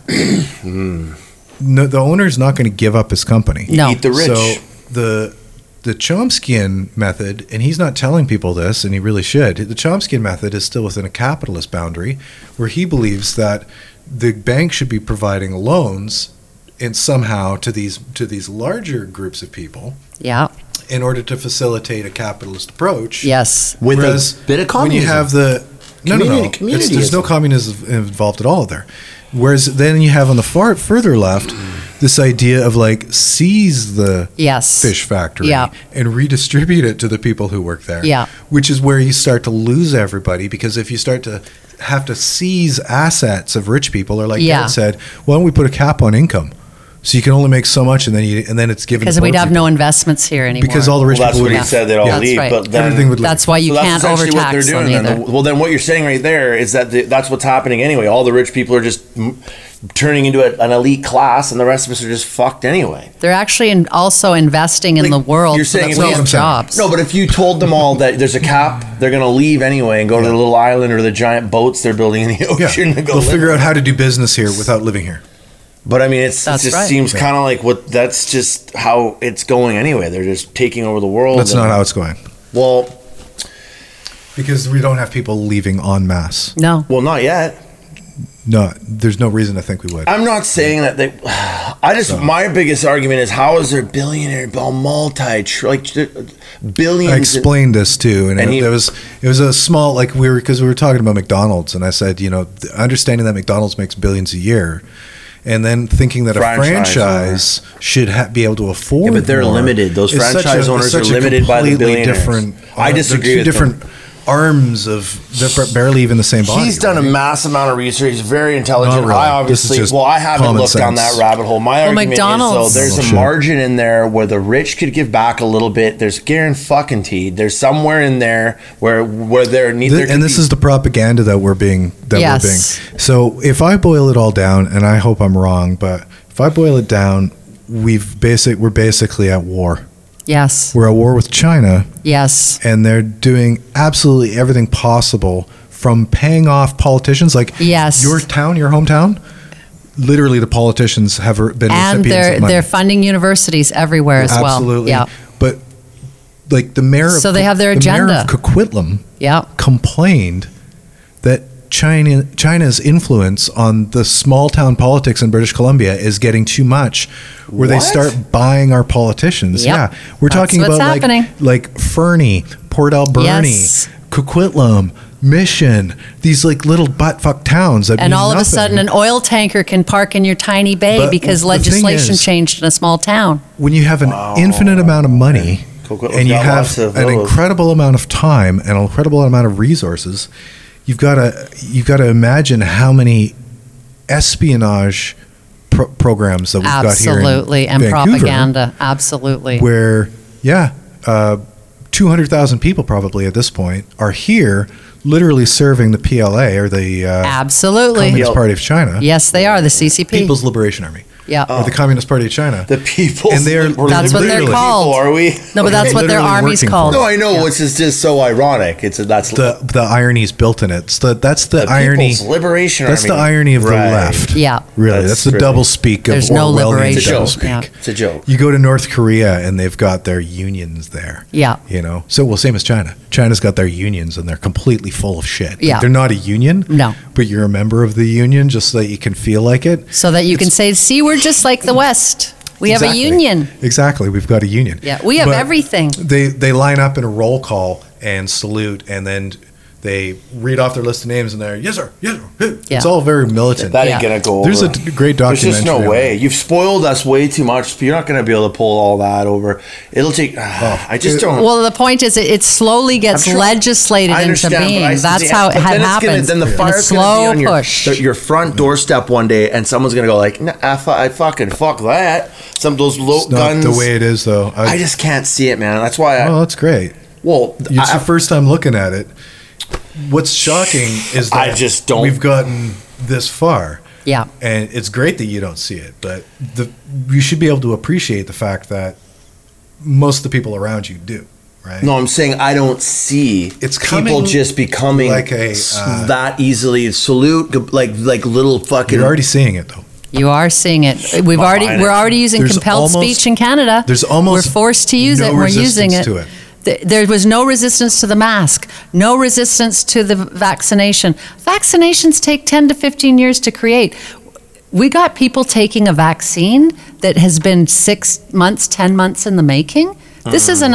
[SPEAKER 3] Hmm.
[SPEAKER 2] no, the owner's not going to give up his company.
[SPEAKER 4] No.
[SPEAKER 3] eat the rich.
[SPEAKER 2] So the the Chomskian method, and he's not telling people this, and he really should. The Chomskian method is still within a capitalist boundary, where he believes that the bank should be providing loans, and somehow to these to these larger groups of people
[SPEAKER 4] Yeah.
[SPEAKER 2] in order to facilitate a capitalist approach.
[SPEAKER 4] Yes.
[SPEAKER 3] with
[SPEAKER 2] Whereas
[SPEAKER 3] a bit of
[SPEAKER 2] when
[SPEAKER 3] communism.
[SPEAKER 2] you have the no,
[SPEAKER 3] Community-
[SPEAKER 2] no, no, It's- there's no
[SPEAKER 3] communityism.
[SPEAKER 2] communism involved at all there. Whereas then you have on the far further left this idea of like seize the
[SPEAKER 4] Yes.
[SPEAKER 2] fish factory
[SPEAKER 4] Yeah.
[SPEAKER 2] and redistribute it to the people who work there.
[SPEAKER 4] Yeah.
[SPEAKER 2] Which is where you start to lose everybody because if you start to have to seize assets of rich people, or like
[SPEAKER 4] Yeah.
[SPEAKER 2] Dad said, why don't we put a cap on income? So you can only make so much, and then you, and then it's given to
[SPEAKER 4] Because we'd
[SPEAKER 2] poor
[SPEAKER 4] have
[SPEAKER 2] people.
[SPEAKER 4] no investments here anymore.
[SPEAKER 2] because all the rich
[SPEAKER 3] Well, that's
[SPEAKER 2] people
[SPEAKER 3] what
[SPEAKER 2] would
[SPEAKER 3] he
[SPEAKER 2] have-
[SPEAKER 3] said. They'd all
[SPEAKER 4] That's
[SPEAKER 3] leave,
[SPEAKER 4] right.
[SPEAKER 3] but then
[SPEAKER 2] Everything would leave.
[SPEAKER 4] That's why you
[SPEAKER 3] So that's
[SPEAKER 4] can't
[SPEAKER 3] essentially what they're
[SPEAKER 4] overtax them
[SPEAKER 3] doing then.
[SPEAKER 4] either.
[SPEAKER 3] Well, then what you're saying right there is that the, that's what's happening anyway. All the rich people are just mm, turning into a, an elite class, and the rest of us are just fucked anyway.
[SPEAKER 4] They're actually in, also investing in
[SPEAKER 3] Like,
[SPEAKER 4] the world.
[SPEAKER 3] you're
[SPEAKER 4] so
[SPEAKER 3] saying if
[SPEAKER 4] that we
[SPEAKER 3] we-
[SPEAKER 4] have
[SPEAKER 2] That's what I'm
[SPEAKER 4] jobs.
[SPEAKER 3] No, but if you told them all that there's a cap, they're gonna leave anyway and go to the little island or the giant boats they're building in the
[SPEAKER 2] Yeah,
[SPEAKER 3] ocean. and go
[SPEAKER 2] they'll
[SPEAKER 3] live.
[SPEAKER 2] figure out how to do business here without living here.
[SPEAKER 3] But I mean, it's, it
[SPEAKER 4] That's
[SPEAKER 3] just
[SPEAKER 4] right.
[SPEAKER 3] seems kind of like what that's just how it's going anyway. They're just taking over the world.
[SPEAKER 2] That's
[SPEAKER 3] and-
[SPEAKER 2] not how it's going
[SPEAKER 3] Well,
[SPEAKER 2] because we don't have people leaving en masse.
[SPEAKER 4] no.
[SPEAKER 3] well, not yet.
[SPEAKER 2] No, there's no reason to think we would.
[SPEAKER 3] I'm not saying that they. I just my biggest argument is how is there billionaire, well, multi tr- like there- billions?
[SPEAKER 2] I explained this too, and,
[SPEAKER 3] And
[SPEAKER 2] it,
[SPEAKER 3] you-
[SPEAKER 2] there was it was a small like we were because we were talking about McDonald's, and I said you know th- understanding that McDonald's makes billions a year, and then thinking that a
[SPEAKER 3] Franchise
[SPEAKER 2] franchise should ha- be able to afford.
[SPEAKER 3] Yeah, but they're
[SPEAKER 2] more
[SPEAKER 3] limited. Those
[SPEAKER 2] is such
[SPEAKER 3] franchise
[SPEAKER 2] is
[SPEAKER 3] owners are
[SPEAKER 2] such a
[SPEAKER 3] limited by the
[SPEAKER 2] completely
[SPEAKER 3] billionaires.
[SPEAKER 2] Different, uh,
[SPEAKER 3] I disagree
[SPEAKER 2] Two
[SPEAKER 3] with
[SPEAKER 2] different arms of they're barely even the same body.
[SPEAKER 3] He's done a
[SPEAKER 2] right?
[SPEAKER 3] mass amount of research. He's very intelligent.
[SPEAKER 2] Not really.
[SPEAKER 3] I
[SPEAKER 2] This is
[SPEAKER 3] obviously,
[SPEAKER 2] just
[SPEAKER 3] well, I haven't
[SPEAKER 2] common
[SPEAKER 3] looked down
[SPEAKER 2] sense. Oh,
[SPEAKER 3] that rabbit hole. My argument
[SPEAKER 4] McDonald's-
[SPEAKER 3] is though, there's a
[SPEAKER 2] Bullshit.
[SPEAKER 3] margin in there where the rich could give back a little bit. There's guaranteed. There's somewhere in there where where there need
[SPEAKER 2] Th-
[SPEAKER 3] there
[SPEAKER 2] and
[SPEAKER 3] could
[SPEAKER 2] this
[SPEAKER 3] be-
[SPEAKER 2] is the propaganda that we're being that
[SPEAKER 4] Yes.
[SPEAKER 2] we're being. So if I boil it all down, and I hope I'm wrong, but if I boil it down, we've basic we're basically at war.
[SPEAKER 4] Yes.
[SPEAKER 2] We're at war with China,
[SPEAKER 4] Yes.
[SPEAKER 2] and they're doing absolutely everything possible from paying off politicians like
[SPEAKER 4] Yes.
[SPEAKER 2] your town, your hometown. Literally, the politicians have been
[SPEAKER 4] and
[SPEAKER 2] recipients
[SPEAKER 4] they're
[SPEAKER 2] of money.
[SPEAKER 4] they're funding universities everywhere as
[SPEAKER 2] absolutely.
[SPEAKER 4] well.
[SPEAKER 2] But like the mayor, of
[SPEAKER 4] So they have their
[SPEAKER 2] the mayor
[SPEAKER 4] agenda.
[SPEAKER 2] of Coquitlam
[SPEAKER 4] Yeah. Yeah.
[SPEAKER 2] complained that China China's influence on the small town politics in British Columbia is getting too much, where they
[SPEAKER 3] What?
[SPEAKER 2] start buying our politicians.
[SPEAKER 4] Yep.
[SPEAKER 2] Yeah, we're
[SPEAKER 4] That's
[SPEAKER 2] talking
[SPEAKER 4] what's
[SPEAKER 2] about
[SPEAKER 4] happening.
[SPEAKER 2] like like Fernie, Port Alberni,
[SPEAKER 4] Yes.
[SPEAKER 2] Coquitlam, Mission, these like little buttfuck towns that mean
[SPEAKER 4] And all of a
[SPEAKER 2] nothing.
[SPEAKER 4] sudden, an oil tanker can park in your tiny bay
[SPEAKER 2] But
[SPEAKER 4] because
[SPEAKER 2] the thing
[SPEAKER 4] legislation
[SPEAKER 2] is-
[SPEAKER 4] changed in a small town.
[SPEAKER 2] when you have an infinite amount of money
[SPEAKER 3] Coquitlam's
[SPEAKER 2] and you
[SPEAKER 3] got
[SPEAKER 2] have
[SPEAKER 3] lots of
[SPEAKER 2] an
[SPEAKER 3] those.
[SPEAKER 2] incredible amount of time and an incredible amount of resources, you've got to you've got to imagine how many espionage pro- programs that we've got here
[SPEAKER 4] Absolutely.
[SPEAKER 2] in
[SPEAKER 4] And
[SPEAKER 2] Vancouver,
[SPEAKER 4] propaganda. Absolutely.
[SPEAKER 2] where yeah, uh, two hundred thousand people probably at this point are here, literally serving the PLA or the uh,
[SPEAKER 4] Absolutely.
[SPEAKER 2] Communist Party of China,
[SPEAKER 4] Yes, they are the CCP.
[SPEAKER 2] People's Liberation Army,
[SPEAKER 4] yeah.
[SPEAKER 2] or
[SPEAKER 3] Oh.
[SPEAKER 2] the Communist Party of China.
[SPEAKER 3] the people.
[SPEAKER 2] And
[SPEAKER 3] *laughs*
[SPEAKER 2] they are-
[SPEAKER 4] That's what they're
[SPEAKER 2] literally-
[SPEAKER 4] called.
[SPEAKER 3] Are we?
[SPEAKER 4] No, but that's what their
[SPEAKER 2] Literally
[SPEAKER 4] army's
[SPEAKER 2] working for
[SPEAKER 4] called.
[SPEAKER 2] it.
[SPEAKER 3] No, I know,
[SPEAKER 4] Yeah.
[SPEAKER 3] which is just so ironic. It's that's
[SPEAKER 2] the the irony's built in it. So that's the,
[SPEAKER 3] the
[SPEAKER 2] irony.
[SPEAKER 3] People's Liberation
[SPEAKER 2] That's the
[SPEAKER 3] Army.
[SPEAKER 2] irony of
[SPEAKER 3] Right.
[SPEAKER 2] the left.
[SPEAKER 4] Yeah.
[SPEAKER 2] Really,
[SPEAKER 3] That's
[SPEAKER 2] that's, the
[SPEAKER 3] true.
[SPEAKER 2] double speak of
[SPEAKER 4] There's no
[SPEAKER 2] Orwellian
[SPEAKER 4] liberation.
[SPEAKER 3] It's a
[SPEAKER 2] double
[SPEAKER 3] joke.
[SPEAKER 2] speak.
[SPEAKER 4] Yeah.
[SPEAKER 3] It's a joke.
[SPEAKER 2] You go to North Korea and they've got their unions there.
[SPEAKER 4] Yeah.
[SPEAKER 2] You know. So well same as China. China's got their unions and they're completely full of shit. Like,
[SPEAKER 4] Yeah.
[SPEAKER 2] they're not a union.
[SPEAKER 4] No.
[SPEAKER 2] But you're a member of the union just so that you can feel like it.
[SPEAKER 4] so that you can say, see, we're just like the West. We
[SPEAKER 2] Exactly.
[SPEAKER 4] have a union.
[SPEAKER 2] Exactly. We've got a union.
[SPEAKER 4] Yeah, we have
[SPEAKER 2] But
[SPEAKER 4] everything.
[SPEAKER 2] They they line up in a roll call and salute and then they read off their list of names and they're yes sir, yes sir.
[SPEAKER 4] Yeah.
[SPEAKER 2] It's all very militant.
[SPEAKER 3] That
[SPEAKER 4] Yeah.
[SPEAKER 3] ain't gonna go.
[SPEAKER 2] There's
[SPEAKER 3] over.
[SPEAKER 2] a d- great
[SPEAKER 3] There's just
[SPEAKER 2] documentary
[SPEAKER 3] no
[SPEAKER 2] on
[SPEAKER 3] way. You've spoiled us way too much. You're not gonna be able to pull all that over. It'll take. ah, I just
[SPEAKER 2] it-
[SPEAKER 3] don't.
[SPEAKER 4] Well, the point is, it, it slowly gets
[SPEAKER 3] I'm sure-
[SPEAKER 4] legislated
[SPEAKER 3] I
[SPEAKER 4] into
[SPEAKER 3] understand, but I
[SPEAKER 4] being.
[SPEAKER 3] see-
[SPEAKER 4] That's how it
[SPEAKER 3] but
[SPEAKER 4] had
[SPEAKER 3] then it's
[SPEAKER 4] happened.
[SPEAKER 3] gonna- then the
[SPEAKER 4] In a
[SPEAKER 3] fire's gonna be
[SPEAKER 4] slow
[SPEAKER 3] on your,
[SPEAKER 4] push.
[SPEAKER 3] th- your front doorstep one day, and someone's gonna go like, nah, I, fu- I fucking fuck that." Some of those low
[SPEAKER 2] It's not
[SPEAKER 3] guns.
[SPEAKER 2] the way it is though.
[SPEAKER 3] I just can't see it, man. That's why. I,
[SPEAKER 2] Well, that's great.
[SPEAKER 3] well,
[SPEAKER 2] It's
[SPEAKER 3] I-
[SPEAKER 2] your first time looking at it. What's shocking is that
[SPEAKER 3] I just don't-
[SPEAKER 2] We've gotten this far,
[SPEAKER 4] yeah.
[SPEAKER 2] and it's great that you don't see it, but the you should be able to appreciate the fact that most of the people around you do, right?
[SPEAKER 3] No, I'm saying I don't see
[SPEAKER 2] It's
[SPEAKER 3] people
[SPEAKER 2] coming
[SPEAKER 3] just becoming
[SPEAKER 2] like a,
[SPEAKER 3] s-
[SPEAKER 2] uh,
[SPEAKER 3] that easily salute like like little fucking.
[SPEAKER 2] You're already seeing it though.
[SPEAKER 4] You are seeing it. We've already
[SPEAKER 3] Behind it.
[SPEAKER 4] we're already using
[SPEAKER 2] There's
[SPEAKER 4] compelled
[SPEAKER 2] almost-
[SPEAKER 4] speech in Canada.
[SPEAKER 2] there's almost
[SPEAKER 4] we're forced to use
[SPEAKER 2] no
[SPEAKER 4] it. and We're using
[SPEAKER 2] resistance
[SPEAKER 4] it.
[SPEAKER 2] to it.
[SPEAKER 4] Th- There was no resistance to the mask, no resistance to the vaccination. Vaccinations take 10 to 15 years to create. We got people taking a vaccine that has been six months, 10 months in the making. This is an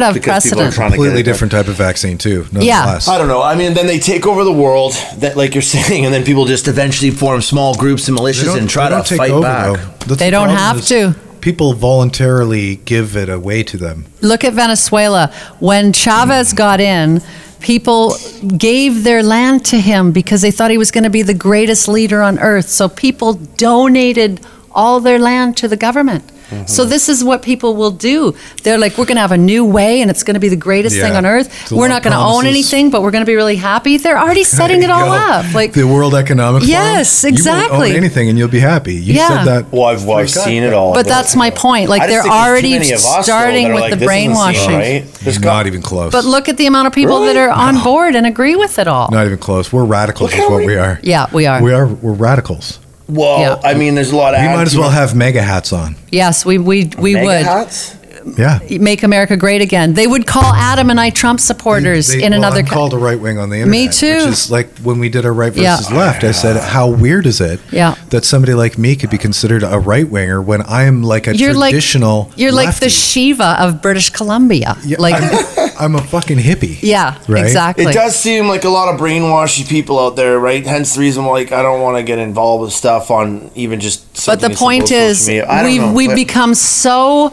[SPEAKER 3] Mm-hmm. Well,
[SPEAKER 4] of
[SPEAKER 3] because people are
[SPEAKER 4] precedent.
[SPEAKER 3] trying to get
[SPEAKER 2] Completely
[SPEAKER 3] it done.
[SPEAKER 2] different type of vaccine too.
[SPEAKER 4] Yeah.
[SPEAKER 2] Nonetheless.
[SPEAKER 3] I don't know. I mean, then they take over the world, that like you're *laughs* saying, and then people just eventually form small groups and
[SPEAKER 5] They
[SPEAKER 3] militias
[SPEAKER 5] don't-
[SPEAKER 3] and
[SPEAKER 5] they
[SPEAKER 3] try to
[SPEAKER 5] don't take
[SPEAKER 3] fight
[SPEAKER 5] over,
[SPEAKER 3] back.
[SPEAKER 5] though. That's
[SPEAKER 4] They
[SPEAKER 5] the
[SPEAKER 4] don't
[SPEAKER 5] problem
[SPEAKER 4] have
[SPEAKER 5] is
[SPEAKER 4] to.
[SPEAKER 5] People voluntarily give it away to them.
[SPEAKER 4] Look at Venezuela. When Chavez got in, people gave their land to him because they thought he was going to be the greatest leader on earth. So people donated all their land to the government.
[SPEAKER 3] Mm-hmm.
[SPEAKER 4] So this is what people will do. They're like, we're going to have a new way, and it's going to be the greatest thing
[SPEAKER 2] Yeah.
[SPEAKER 4] on
[SPEAKER 2] It's
[SPEAKER 4] earth.
[SPEAKER 2] a
[SPEAKER 4] We're
[SPEAKER 2] lot
[SPEAKER 4] not
[SPEAKER 2] of
[SPEAKER 4] going to own
[SPEAKER 2] promises.
[SPEAKER 4] anything, but we're going to be really happy. They're
[SPEAKER 3] *laughs*
[SPEAKER 4] already *laughs* setting it
[SPEAKER 2] There you
[SPEAKER 4] all
[SPEAKER 2] go.
[SPEAKER 4] up. Like
[SPEAKER 2] the World Economic Forum.
[SPEAKER 4] Yes,
[SPEAKER 2] You won't
[SPEAKER 4] exactly.
[SPEAKER 2] own anything, and you'll be happy. You
[SPEAKER 4] Yeah.
[SPEAKER 2] said that.
[SPEAKER 3] Well, I've, well, I've
[SPEAKER 2] Thank God.
[SPEAKER 3] seen it all.
[SPEAKER 4] But that's my point. Like
[SPEAKER 3] I just
[SPEAKER 4] they're
[SPEAKER 3] think there's too
[SPEAKER 4] already
[SPEAKER 3] many of us, though,
[SPEAKER 4] starting
[SPEAKER 3] that are
[SPEAKER 4] with
[SPEAKER 3] like,
[SPEAKER 4] the
[SPEAKER 3] "This doesn't seem
[SPEAKER 4] brainwashing.
[SPEAKER 3] Right? There's
[SPEAKER 2] Not even close.
[SPEAKER 4] But look at the amount of people
[SPEAKER 3] Really?
[SPEAKER 4] that are on board and agree with it all.
[SPEAKER 2] not even close. We're radicals.
[SPEAKER 3] Look
[SPEAKER 2] Is
[SPEAKER 3] how
[SPEAKER 2] what
[SPEAKER 3] we-
[SPEAKER 2] we are.
[SPEAKER 4] Yeah, we are.
[SPEAKER 2] We are. We're radicals.
[SPEAKER 3] Well,
[SPEAKER 4] Yeah.
[SPEAKER 3] I mean, there's a lot of.
[SPEAKER 2] We might as well have mega hats on.
[SPEAKER 4] Yes, we we, we
[SPEAKER 3] mega
[SPEAKER 4] would
[SPEAKER 3] hats?
[SPEAKER 2] Yeah.
[SPEAKER 4] make America great again. They would call Adam and I Trump supporters
[SPEAKER 5] They-
[SPEAKER 4] in
[SPEAKER 5] well,
[SPEAKER 4] another
[SPEAKER 5] I'm
[SPEAKER 4] co-
[SPEAKER 5] called a right wing on the internet.
[SPEAKER 4] Me too.
[SPEAKER 2] Which is like when we did our right
[SPEAKER 4] Yeah.
[SPEAKER 2] versus left. I said, how weird is it
[SPEAKER 4] Yeah.
[SPEAKER 2] that somebody like me could be considered a right winger when I am like a
[SPEAKER 4] You're like
[SPEAKER 2] traditional.
[SPEAKER 4] you're like
[SPEAKER 2] lefty?
[SPEAKER 4] the Shiva of British Columbia.
[SPEAKER 2] Yeah,
[SPEAKER 4] like
[SPEAKER 2] *laughs* I'm, I'm a fucking hippie.
[SPEAKER 4] yeah,
[SPEAKER 2] Right?
[SPEAKER 4] exactly.
[SPEAKER 3] It does seem like a lot of brainwashy people out there, right? Hence the reason, like, I don't want to get involved with stuff on even just.
[SPEAKER 4] But
[SPEAKER 3] something
[SPEAKER 4] the
[SPEAKER 3] as simple
[SPEAKER 4] point
[SPEAKER 3] as
[SPEAKER 4] is
[SPEAKER 3] social media. I don't
[SPEAKER 4] we've
[SPEAKER 3] know,
[SPEAKER 4] we've
[SPEAKER 3] but-
[SPEAKER 4] become so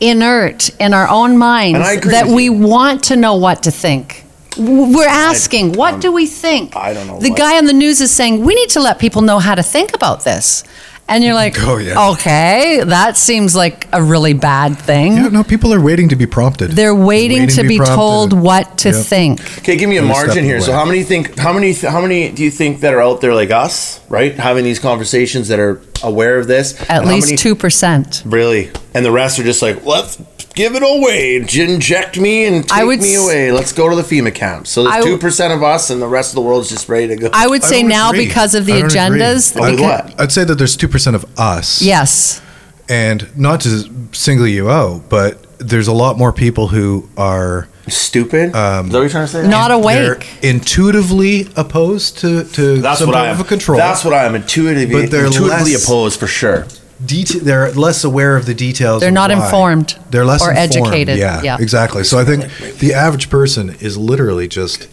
[SPEAKER 4] inert in our own minds
[SPEAKER 3] And I agree
[SPEAKER 4] that
[SPEAKER 3] with
[SPEAKER 4] we
[SPEAKER 3] you.
[SPEAKER 4] want to know what to think. W- We're asking, what do we think?
[SPEAKER 3] I don't know
[SPEAKER 4] The
[SPEAKER 3] what-
[SPEAKER 4] guy on the news is saying, we need to let people know how to think about this. And you're like,
[SPEAKER 2] Oh, yeah.
[SPEAKER 4] okay, that seems like a really bad thing.
[SPEAKER 2] Yeah, no, people are waiting to be prompted.
[SPEAKER 4] They're waiting, to be,
[SPEAKER 2] prompted.
[SPEAKER 4] told what to
[SPEAKER 2] Yep.
[SPEAKER 4] think.
[SPEAKER 3] Okay, give me a
[SPEAKER 2] Let me step
[SPEAKER 3] margin here. So
[SPEAKER 2] away.
[SPEAKER 3] how many think how many how many do you think that are out there like us, right? Having these conversations that are aware of this?
[SPEAKER 4] At
[SPEAKER 3] And how many-
[SPEAKER 4] least two percent.
[SPEAKER 3] Really. And the rest are just like, let's give it away. j- Inject me and take
[SPEAKER 4] I would
[SPEAKER 3] me
[SPEAKER 4] s-
[SPEAKER 3] away. Let's go to the FEMA camp. So
[SPEAKER 4] I
[SPEAKER 3] there's
[SPEAKER 4] w-
[SPEAKER 3] two percent of us and the rest of the world's just ready to go.
[SPEAKER 4] I would say
[SPEAKER 2] don't
[SPEAKER 4] now
[SPEAKER 2] agree.
[SPEAKER 4] because of the
[SPEAKER 2] I don't agree.
[SPEAKER 4] agendas.
[SPEAKER 3] Oh, with
[SPEAKER 4] because-
[SPEAKER 3] what?
[SPEAKER 2] I'd say that there's 2% of us.
[SPEAKER 4] Yes.
[SPEAKER 2] And not to single you out, but there's a lot more people who are
[SPEAKER 3] Stupid.
[SPEAKER 2] Um,
[SPEAKER 3] Is that what you're trying to say?
[SPEAKER 4] Not
[SPEAKER 2] they're
[SPEAKER 4] awake.
[SPEAKER 2] intuitively opposed to, to
[SPEAKER 3] That's
[SPEAKER 2] some
[SPEAKER 3] what I
[SPEAKER 2] type
[SPEAKER 3] am.
[SPEAKER 2] of control.
[SPEAKER 3] That's what I am intuitively,
[SPEAKER 2] But they're
[SPEAKER 3] intuitively
[SPEAKER 2] less-
[SPEAKER 3] opposed for sure.
[SPEAKER 2] Det- they're less aware of the details.
[SPEAKER 4] They're
[SPEAKER 2] of
[SPEAKER 4] not
[SPEAKER 2] why.
[SPEAKER 4] informed
[SPEAKER 2] They're less
[SPEAKER 4] or
[SPEAKER 2] informed.
[SPEAKER 4] educated.
[SPEAKER 2] Yeah,
[SPEAKER 4] Yeah.
[SPEAKER 2] exactly. So I think the average person is literally just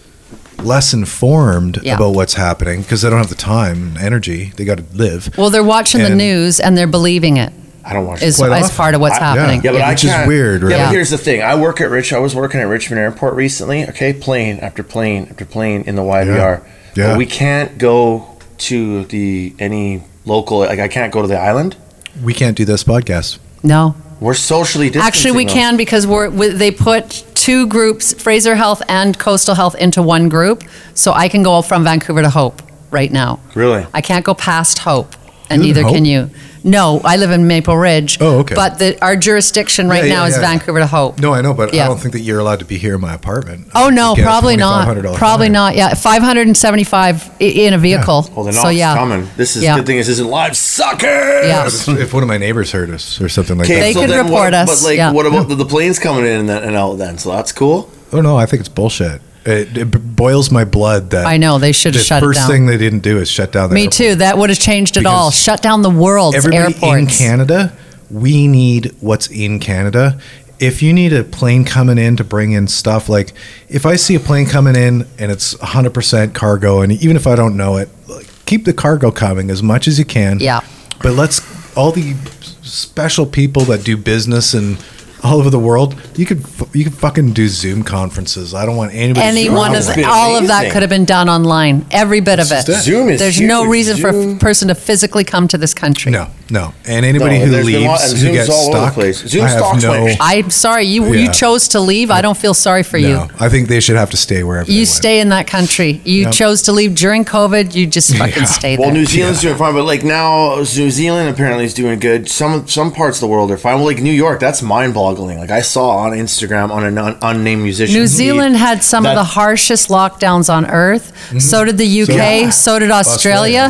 [SPEAKER 2] less informed
[SPEAKER 4] Yeah.
[SPEAKER 2] about what's happening because they don't have the time and energy. They got to live.
[SPEAKER 4] Well, they're watching the
[SPEAKER 2] And-
[SPEAKER 4] news and they're believing it
[SPEAKER 3] I don't watch
[SPEAKER 4] is,
[SPEAKER 2] Quite
[SPEAKER 4] is
[SPEAKER 2] often.
[SPEAKER 4] part of what's
[SPEAKER 3] I-
[SPEAKER 4] happening.
[SPEAKER 3] Yeah, but I
[SPEAKER 2] Which is
[SPEAKER 3] can't-
[SPEAKER 2] weird, right?
[SPEAKER 3] Yeah,
[SPEAKER 4] Yeah.
[SPEAKER 3] but here's the thing. I work at Rich. I was working at Richmond Airport recently. Okay, plane after plane after plane in the YVR.
[SPEAKER 2] Yeah.
[SPEAKER 3] But we can't go to the any local. Like I can't go to the island.
[SPEAKER 2] We can't do this podcast.
[SPEAKER 4] no.
[SPEAKER 3] We're socially distancing.
[SPEAKER 4] Actually, we
[SPEAKER 3] though.
[SPEAKER 4] can because we're we, they put two groups, Fraser Health and Coastal Health, into one group. So I can go from Vancouver to Hope right now.
[SPEAKER 3] Really?
[SPEAKER 4] I can't go past Hope, and
[SPEAKER 2] You live
[SPEAKER 4] neither
[SPEAKER 2] in Hope?
[SPEAKER 4] can you. No, I live in Maple Ridge.
[SPEAKER 2] Oh, okay.
[SPEAKER 4] But the, our jurisdiction right
[SPEAKER 2] Yeah,
[SPEAKER 4] now
[SPEAKER 2] yeah,
[SPEAKER 4] is
[SPEAKER 2] yeah, yeah.
[SPEAKER 4] Vancouver to Hope.
[SPEAKER 2] No, I know, but I
[SPEAKER 4] Yeah.
[SPEAKER 2] don't think that you're allowed to be here in my apartment.
[SPEAKER 4] Oh no,
[SPEAKER 2] Get a
[SPEAKER 4] probably
[SPEAKER 2] $2,500
[SPEAKER 4] not. Probably
[SPEAKER 2] fine.
[SPEAKER 4] not. Yeah, five hundred and seventy-five i- in a vehicle.
[SPEAKER 3] Well, they're not
[SPEAKER 4] so yeah,
[SPEAKER 3] coming. This is
[SPEAKER 4] Yeah.
[SPEAKER 3] good thing. This isn't live, suckers.
[SPEAKER 4] Yeah.
[SPEAKER 2] If if one of my neighbors heard us or something like
[SPEAKER 3] Okay,
[SPEAKER 2] that.
[SPEAKER 4] They
[SPEAKER 3] so
[SPEAKER 4] could
[SPEAKER 3] then
[SPEAKER 4] report
[SPEAKER 3] what,
[SPEAKER 4] us,
[SPEAKER 3] But like,
[SPEAKER 4] yeah.
[SPEAKER 3] what about the, the planes coming in and, then- and out then? So that's cool.
[SPEAKER 2] Oh no, I think it's bullshit. It, it b- boils my blood that
[SPEAKER 4] I know they should
[SPEAKER 2] the
[SPEAKER 4] have shut it
[SPEAKER 2] first
[SPEAKER 4] down.
[SPEAKER 2] thing they didn't do is shut down. The
[SPEAKER 4] Me
[SPEAKER 2] airport.
[SPEAKER 4] too. That would have changed it all.
[SPEAKER 2] Because
[SPEAKER 4] Shut down the world's
[SPEAKER 2] Everybody in
[SPEAKER 4] airports.
[SPEAKER 2] Canada, we need what's in Canada. If you need a plane coming in to bring in stuff, like if I see a plane coming in and it's 100% cargo, and even if I don't know it, like, keep the cargo coming as much as you can.
[SPEAKER 4] Yeah.
[SPEAKER 2] But let's, all the special people that do business and all over the world, you could fu- you could fucking do Zoom conferences. I don't want anybody.
[SPEAKER 4] Any
[SPEAKER 2] traveling.
[SPEAKER 4] one of
[SPEAKER 3] That'd be
[SPEAKER 4] all of that
[SPEAKER 3] amazing.
[SPEAKER 4] could have been done online. Every bit of
[SPEAKER 2] That's
[SPEAKER 4] it.
[SPEAKER 2] just it.
[SPEAKER 3] Zoom is
[SPEAKER 4] There's no
[SPEAKER 3] huge.
[SPEAKER 4] reason for
[SPEAKER 3] Zoom-
[SPEAKER 4] a person to physically come to this country.
[SPEAKER 2] No, No, and anybody
[SPEAKER 3] No,
[SPEAKER 2] who
[SPEAKER 3] there's been a lot-
[SPEAKER 2] leaves
[SPEAKER 3] and
[SPEAKER 2] who
[SPEAKER 3] Zoom's
[SPEAKER 2] gets
[SPEAKER 3] all over the
[SPEAKER 2] stuck,
[SPEAKER 3] place. Zoom
[SPEAKER 2] I have
[SPEAKER 3] stocks
[SPEAKER 2] no,
[SPEAKER 3] went-
[SPEAKER 4] I'm sorry you
[SPEAKER 2] Yeah.
[SPEAKER 4] you chose to leave. I don't feel sorry for you.
[SPEAKER 2] no. I think they should have to stay wherever they
[SPEAKER 4] You
[SPEAKER 2] went.
[SPEAKER 4] stay in that country. You
[SPEAKER 2] Yep.
[SPEAKER 4] chose to leave during COVID. You just fucking
[SPEAKER 2] Yeah.
[SPEAKER 4] stay there.
[SPEAKER 3] Well, New Zealand's doing fine, but like now, New Zealand apparently is doing good. Some some parts of the world are fine. Well, like New York, that's mind boggling. Like I saw on Instagram on an un- unnamed musician.
[SPEAKER 4] New
[SPEAKER 3] he-
[SPEAKER 4] Zealand had some
[SPEAKER 3] that-
[SPEAKER 4] of the harshest lockdowns on earth. So did the UK.
[SPEAKER 2] Yeah.
[SPEAKER 4] So did Australia.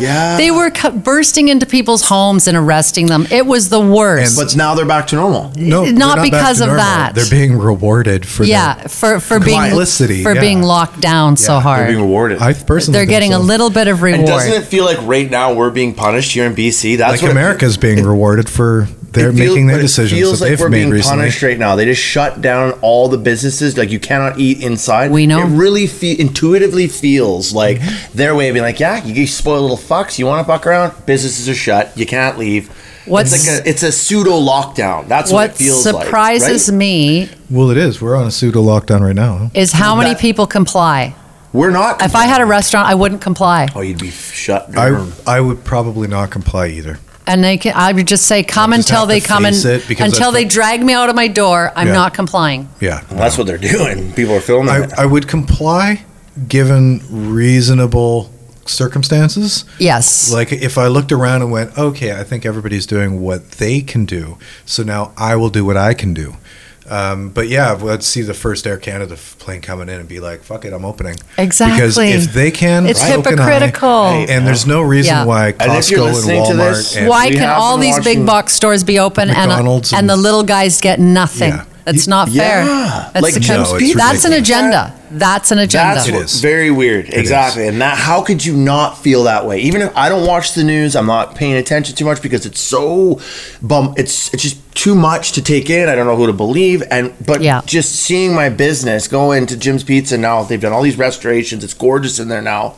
[SPEAKER 2] Mm-hmm. Australia.
[SPEAKER 3] Yeah.
[SPEAKER 4] They were cu- bursting into people's homes and arresting them. It was the worst.
[SPEAKER 3] But now they're back to normal.
[SPEAKER 2] No,
[SPEAKER 4] Not
[SPEAKER 2] they're back
[SPEAKER 4] because
[SPEAKER 2] to
[SPEAKER 4] of
[SPEAKER 2] normal.
[SPEAKER 4] that.
[SPEAKER 2] They're being rewarded for
[SPEAKER 4] yeah,
[SPEAKER 2] that.
[SPEAKER 4] for for being
[SPEAKER 2] Complicity,
[SPEAKER 4] for
[SPEAKER 2] yeah.
[SPEAKER 4] being locked down so
[SPEAKER 2] Yeah, they're
[SPEAKER 3] They're being
[SPEAKER 4] hard.
[SPEAKER 3] rewarded.
[SPEAKER 2] I personally
[SPEAKER 4] They're
[SPEAKER 2] think
[SPEAKER 4] getting a
[SPEAKER 2] so.
[SPEAKER 4] little bit
[SPEAKER 3] and
[SPEAKER 4] of reward.
[SPEAKER 3] doesn't it feel like right now we're being punished here in BC? That's
[SPEAKER 2] like
[SPEAKER 3] what it-
[SPEAKER 2] America's being rewarded for their
[SPEAKER 3] It feels-
[SPEAKER 2] making their
[SPEAKER 3] but it
[SPEAKER 2] decisions
[SPEAKER 3] feels
[SPEAKER 2] that
[SPEAKER 3] like
[SPEAKER 2] they've
[SPEAKER 3] we're
[SPEAKER 2] made
[SPEAKER 3] being
[SPEAKER 2] recently.
[SPEAKER 3] punished right now. They just shut down all the businesses. Like you cannot eat inside.
[SPEAKER 4] We know. Mm-hmm.
[SPEAKER 3] It really fe- intuitively feels like their way of being like, yeah, you, you spoil little fucks. You want to fuck around? Businesses are shut. You can't leave.
[SPEAKER 4] What's-
[SPEAKER 3] it's like a, it's a pseudo lockdown. That's what,
[SPEAKER 4] what
[SPEAKER 3] it feels
[SPEAKER 4] surprises
[SPEAKER 3] like. right?
[SPEAKER 4] me
[SPEAKER 2] Well, it is. We're on a pseudo lockdown right now. huh?
[SPEAKER 4] is how many
[SPEAKER 3] That-
[SPEAKER 4] people comply.
[SPEAKER 3] We're not.
[SPEAKER 4] If I had a restaurant, I wouldn't comply.
[SPEAKER 3] oh, you'd be shut. down.
[SPEAKER 2] I I would probably not comply either.
[SPEAKER 4] And they can, I would just say, come
[SPEAKER 2] I'll just
[SPEAKER 4] until
[SPEAKER 2] have
[SPEAKER 4] they
[SPEAKER 2] to
[SPEAKER 4] come and
[SPEAKER 2] face it because
[SPEAKER 4] until
[SPEAKER 2] I
[SPEAKER 4] they
[SPEAKER 2] think-
[SPEAKER 4] drag me out of my door. I'm
[SPEAKER 2] Yeah.
[SPEAKER 4] not complying.
[SPEAKER 2] Yeah,
[SPEAKER 3] That's what they're doing. People are filming.
[SPEAKER 2] I,
[SPEAKER 3] it.
[SPEAKER 2] I would comply given reasonable circumstances.
[SPEAKER 4] Yes.
[SPEAKER 2] Like if I looked around and went, okay, I think everybody's doing what they can do, so now I will do what I can do. Um, but yeah, let's see the first Air Canada f- plane coming in and be like, fuck it, I'm opening. Because
[SPEAKER 4] Exactly.
[SPEAKER 2] if they can,
[SPEAKER 4] It's
[SPEAKER 2] so can I.
[SPEAKER 4] hypocritical.
[SPEAKER 2] And there's no reason
[SPEAKER 4] Yeah.
[SPEAKER 2] why
[SPEAKER 3] And if you're
[SPEAKER 2] Costco and,
[SPEAKER 3] listening to
[SPEAKER 2] Walmart
[SPEAKER 3] this-
[SPEAKER 2] and
[SPEAKER 4] Why
[SPEAKER 3] we
[SPEAKER 4] can
[SPEAKER 3] have
[SPEAKER 4] all
[SPEAKER 3] been
[SPEAKER 4] these big
[SPEAKER 3] watching
[SPEAKER 4] box stores be open and,
[SPEAKER 2] McDonald's
[SPEAKER 4] and
[SPEAKER 2] and-
[SPEAKER 4] the little guys get nothing?
[SPEAKER 2] Yeah.
[SPEAKER 4] That's
[SPEAKER 2] You-
[SPEAKER 4] not fair.
[SPEAKER 3] Yeah.
[SPEAKER 4] That's,
[SPEAKER 3] Like,
[SPEAKER 4] the kind of-
[SPEAKER 2] No, it's
[SPEAKER 4] that's an
[SPEAKER 2] ridiculous.
[SPEAKER 4] agenda. That's an agenda.
[SPEAKER 3] That's
[SPEAKER 2] It
[SPEAKER 3] what-
[SPEAKER 2] is.
[SPEAKER 3] very weird. exactly.
[SPEAKER 2] is.
[SPEAKER 3] And that how could you not feel that way? Even if I don't watch the news, I'm not paying attention too much because it's so bum it's it's just too much to take in. I don't know who to believe. And but
[SPEAKER 4] Yeah.
[SPEAKER 3] just seeing my business go into Jim's Pizza now, they've done all these restorations. It's gorgeous in there now.